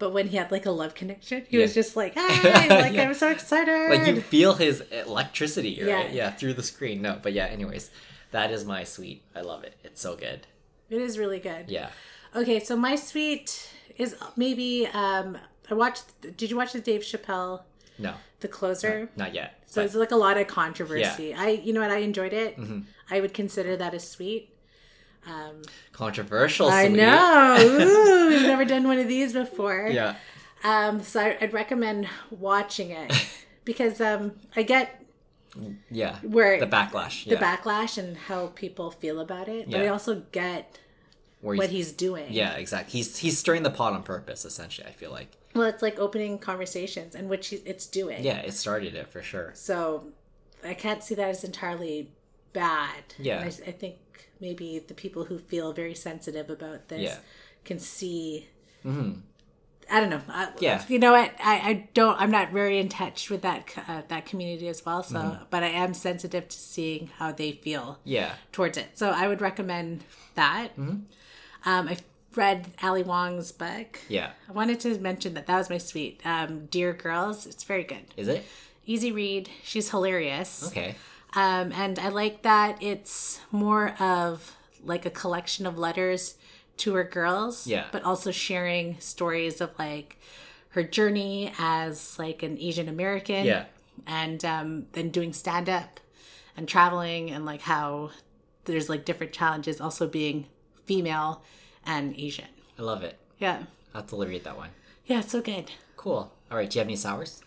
Speaker 1: But when he had like a love connection, he
Speaker 2: Yeah.
Speaker 1: was just like, Hi, like
Speaker 2: Yeah.
Speaker 1: I'm so excited.
Speaker 2: Like you feel his electricity, right?
Speaker 1: Yeah.
Speaker 2: Yeah. through the screen. No, but yeah, anyways, that is my sweet. I love it. It's so good.
Speaker 1: It is really good.
Speaker 2: Yeah.
Speaker 1: Okay, so my suite is maybe um I watched did you watch the Dave Chappelle
Speaker 2: No,
Speaker 1: The Closer?
Speaker 2: not yet.
Speaker 1: So
Speaker 2: But
Speaker 1: it's like a lot of controversy. I you know what I enjoyed it.
Speaker 2: Mm-hmm.
Speaker 1: I would consider that a suite.
Speaker 2: controversial.
Speaker 1: I
Speaker 2: sweet.
Speaker 1: know. Ooh, we've never done one of these before.
Speaker 2: Yeah.
Speaker 1: Um, so I, I'd recommend watching it because um, I get
Speaker 2: Yeah.
Speaker 1: Where-
Speaker 2: the backlash.
Speaker 1: the
Speaker 2: yeah.
Speaker 1: backlash and how people feel about it, but I
Speaker 2: Yeah.
Speaker 1: also get
Speaker 2: Where
Speaker 1: what he's doing.
Speaker 2: Yeah, exactly. He's he's stirring the pot on purpose. Essentially, I feel like.
Speaker 1: Well, it's like opening conversations, and which he- it's doing.
Speaker 2: Yeah, it started it for sure.
Speaker 1: So I can't see that as entirely bad.
Speaker 2: Yeah.
Speaker 1: And I, I think maybe the people who feel very sensitive about this
Speaker 2: Yeah. Mm-hmm.
Speaker 1: can see. I don't know. I,
Speaker 2: Yeah.
Speaker 1: You know what? I, I don't. I'm not very in touch with that co- uh, that community as well. So,
Speaker 2: Mm-hmm.
Speaker 1: but I am sensitive to seeing how they feel
Speaker 2: Yeah.
Speaker 1: towards it. So I would recommend that.
Speaker 2: Mm-hmm.
Speaker 1: Um, I read Ali Wong's book.
Speaker 2: Yeah.
Speaker 1: I wanted to mention that that was my sweet um, Dear Girls. It's very good
Speaker 2: Is it
Speaker 1: easy read. She's hilarious.
Speaker 2: okay?
Speaker 1: Um, and I like that it's more of like a collection of letters to her girls,
Speaker 2: Yeah.
Speaker 1: but also sharing stories of like her journey as like an Asian American
Speaker 2: Yeah.
Speaker 1: and um, then doing stand up and traveling and like how there's like different challenges also being female and Asian.
Speaker 2: I love it.
Speaker 1: Yeah.
Speaker 2: I'll have to read that one.
Speaker 1: Yeah, it's so good.
Speaker 2: Cool. All right. Do you have any sours?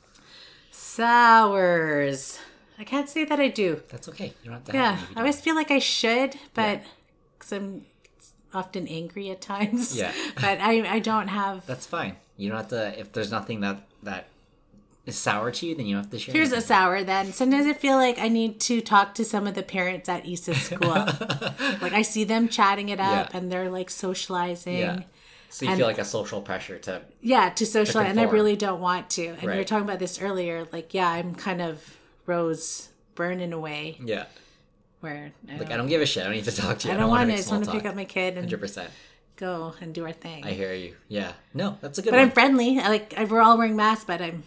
Speaker 1: Sours. I can't say that I do.
Speaker 2: That's okay. You don't have to.
Speaker 1: Yeah,
Speaker 2: Have any if
Speaker 1: I
Speaker 2: you don't.
Speaker 1: always feel like I should, but because I'm often angry at times.
Speaker 2: Yeah.
Speaker 1: but I I don't have.
Speaker 2: That's fine. You don't have to. If there's nothing that that is sour to you, then you don't have to share.
Speaker 1: Here's a
Speaker 2: anything.
Speaker 1: sour then. Sometimes I feel like I need to talk to some of the parents at Issa's school. like I see them chatting it up
Speaker 2: Yeah.
Speaker 1: and they're like socializing.
Speaker 2: Yeah.
Speaker 1: Yeah,
Speaker 2: So you feel like a social pressure to.
Speaker 1: to socialize. And I
Speaker 2: conform.
Speaker 1: really don't want to. And we were
Speaker 2: Right.
Speaker 1: talking about this earlier. Like, yeah, I'm kind of Rose Byrne in a way
Speaker 2: Yeah.
Speaker 1: where I
Speaker 2: Like
Speaker 1: don't,
Speaker 2: I don't give a shit. I don't need to talk to you.
Speaker 1: I don't want to. I
Speaker 2: make
Speaker 1: just
Speaker 2: small
Speaker 1: want to
Speaker 2: talk.
Speaker 1: pick up my kid and
Speaker 2: Hundred percent.
Speaker 1: go and do our thing.
Speaker 2: I hear you. Yeah. No, that's a good
Speaker 1: But
Speaker 2: one.
Speaker 1: I'm friendly. I like I, we're all wearing masks, but I'm,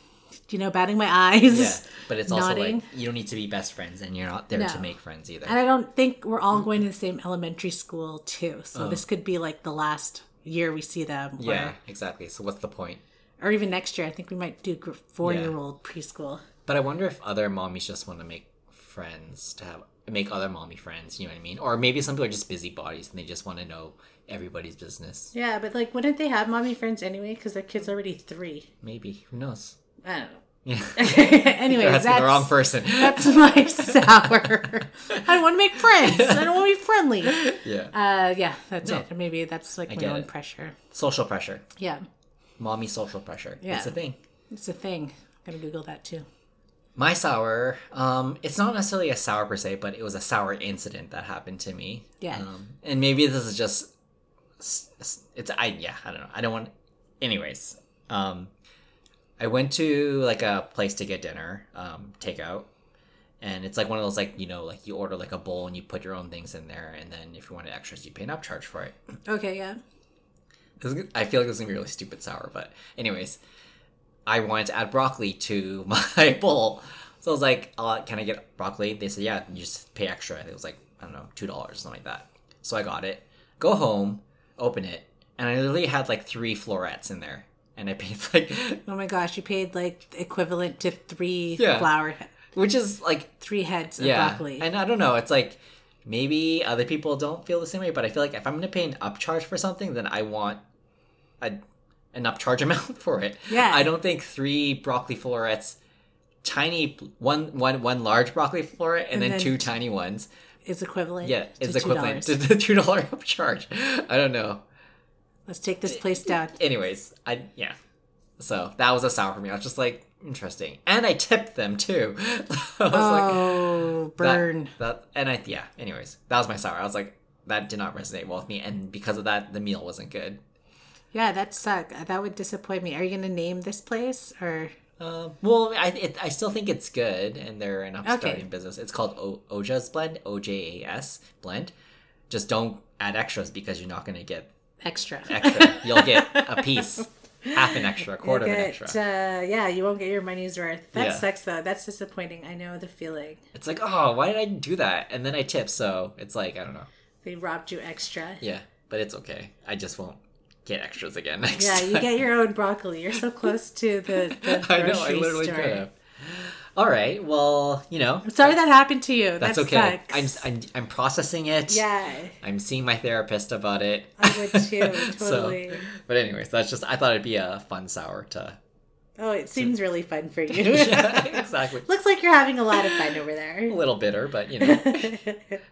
Speaker 1: you know, batting my eyes.
Speaker 2: yeah. But it's also
Speaker 1: nodding.
Speaker 2: like you don't need to be best friends, and you're not there
Speaker 1: No.
Speaker 2: to make friends either.
Speaker 1: And I don't think we're all going to the same elementary school too. So this could be like the last year we see them.
Speaker 2: Oh. Yeah, exactly. So what's the point?
Speaker 1: Or, or even next year, I think we might do gr- four-year-old preschool.
Speaker 2: But I wonder if other mommies just want to make friends to have make other mommy friends. You know what I mean? Or maybe some people are just busybodies and they just want to know everybody's business.
Speaker 1: Yeah, but like, wouldn't they have mommy friends anyway? Because their kid's already three.
Speaker 2: Maybe who knows?
Speaker 1: I don't know.
Speaker 2: Yeah,
Speaker 1: anyway,
Speaker 2: that's
Speaker 1: that's
Speaker 2: the wrong person.
Speaker 1: that's my sour. I want to make friends. I don't want to be friendly.
Speaker 2: yeah,
Speaker 1: Uh, yeah, that's
Speaker 2: No.
Speaker 1: it. Maybe that's like my
Speaker 2: get
Speaker 1: own
Speaker 2: it.
Speaker 1: pressure.
Speaker 2: social pressure,
Speaker 1: Yeah.
Speaker 2: mommy social pressure.
Speaker 1: Yeah.
Speaker 2: it's a thing.
Speaker 1: It's a thing. I'm gonna Google that too.
Speaker 2: My sour, um, it's not necessarily a sour per se, but it was a sour incident that happened to me.
Speaker 1: Yeah.
Speaker 2: Um, and maybe this is just, s- s- it's I yeah I don't know I don't want. Anyways, um, I went to like a place to get dinner, um, takeout, and it's like one of those like you know like you order like a bowl and you put your own things in there, and then if you wanted extras, you pay an upcharge for it.
Speaker 1: Okay, yeah.
Speaker 2: This is, I feel like this is gonna be really stupid sour, but anyways, I wanted to add broccoli to my bowl, so I was like, uh, "Can I get broccoli?" They said, "Yeah, you just pay extra." It was like I don't know, two dollars or something like that. So I got it. Go home, open it, and I literally had like three florets in there, and I paid like,
Speaker 1: Oh my gosh, you paid like the equivalent to three
Speaker 2: Yeah.
Speaker 1: flower,
Speaker 2: which is like
Speaker 1: three heads of
Speaker 2: yeah,
Speaker 1: broccoli.
Speaker 2: and I don't know. It's like maybe other people don't feel the same way, but I feel like if I'm gonna pay an upcharge for something, then I want a an upcharge amount for it.
Speaker 1: Yeah.
Speaker 2: I don't think three broccoli florets, tiny one one one large broccoli floret, and, then,
Speaker 1: then-
Speaker 2: two tiny ones.
Speaker 1: It's equivalent.
Speaker 2: Yeah,
Speaker 1: to
Speaker 2: is
Speaker 1: $2.
Speaker 2: equivalent to the two dollar upcharge. I don't know.
Speaker 1: Let's take this place down.
Speaker 2: Anyways, I yeah. So that was a sour for me. I was just like interesting, and I tipped them too. I was like,
Speaker 1: Oh,
Speaker 2: that-
Speaker 1: burn.
Speaker 2: That, and I yeah. Anyways, that was my sour. I was like, that did not resonate well with me, and because of that, the meal wasn't good.
Speaker 1: Yeah, that sucked. That would disappoint me. Are you gonna name this place or
Speaker 2: Um, well, I it, I still think it's good, and they're an upstarting
Speaker 1: Okay.
Speaker 2: business. It's called o- Oja's Blend, O J A S Blend. Just don't add extras because you're not going to get
Speaker 1: Extra.
Speaker 2: extra. You'll get a piece, half an extra, a quarter of an
Speaker 1: Get,
Speaker 2: extra.
Speaker 1: uh, yeah, you won't get your money's worth. That
Speaker 2: Yeah.
Speaker 1: sucks, though. That's disappointing. I know the feeling.
Speaker 2: It's like, oh, why did I do that? And then I tip, so it's like I don't know.
Speaker 1: They robbed you extra.
Speaker 2: Yeah, but it's okay. I just won't get extras again next
Speaker 1: Yeah, you
Speaker 2: time.
Speaker 1: get your own broccoli. You're so close to the, the grocery
Speaker 2: I know. I literally
Speaker 1: store.
Speaker 2: could have. All right. Well, you know,
Speaker 1: I'm sorry that happened to you.
Speaker 2: that's
Speaker 1: that
Speaker 2: okay. I'm,
Speaker 1: Sucks.
Speaker 2: I'm I'm processing it.
Speaker 1: yeah,
Speaker 2: I'm seeing my therapist about it.
Speaker 1: I would too. Totally.
Speaker 2: So, but anyways, that's just I thought it'd be a fun sour to.
Speaker 1: oh, it seems really fun for you.
Speaker 2: yeah, exactly.
Speaker 1: Looks like you're having a lot of fun over
Speaker 2: A
Speaker 1: there.
Speaker 2: little bitter, but you know,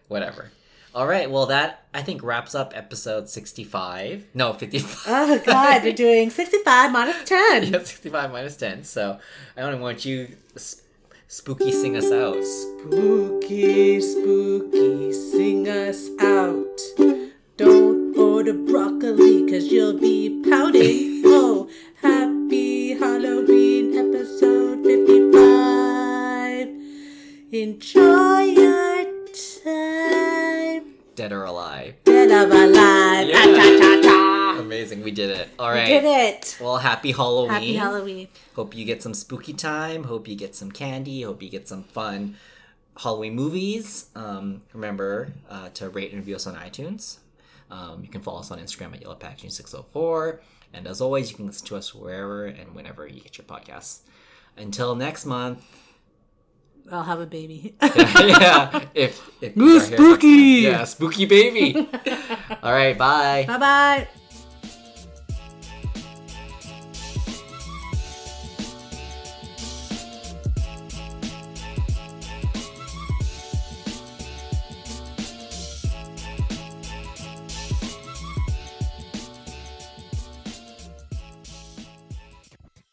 Speaker 2: whatever. All right. Well, that I think wraps up episode sixty-five. No, fifty-five.
Speaker 1: oh God, you're doing 65 minus 10.
Speaker 2: Yeah, 65 minus 10. So I only want you sp- spooky sing us out.
Speaker 1: Spooky, spooky, sing us out. Don't order broccoli, cause you'll be pouting. oh, happy Halloween episode 55. Enjoy your time.
Speaker 2: Dead or alive.
Speaker 1: Dead of alive.
Speaker 2: Yeah.
Speaker 1: Ta, ta, ta, ta.
Speaker 2: Amazing. We did it. All
Speaker 1: We
Speaker 2: right.
Speaker 1: did it.
Speaker 2: Well, happy Halloween.
Speaker 1: Happy Halloween.
Speaker 2: Hope you get some spooky time. Hope you get some candy. Hope you get some fun Halloween movies. Um, remember uh, to rate and review us on iTunes. Um, you can follow us on Instagram at Yellow Packaging 604. And as always, you can listen to us wherever and whenever you get your podcasts. Until next month.
Speaker 1: I'll have a baby.
Speaker 2: yeah, if, if
Speaker 1: Ooh,
Speaker 2: if-
Speaker 1: spooky.
Speaker 2: Yeah, spooky baby. All right, bye.
Speaker 1: bye bye.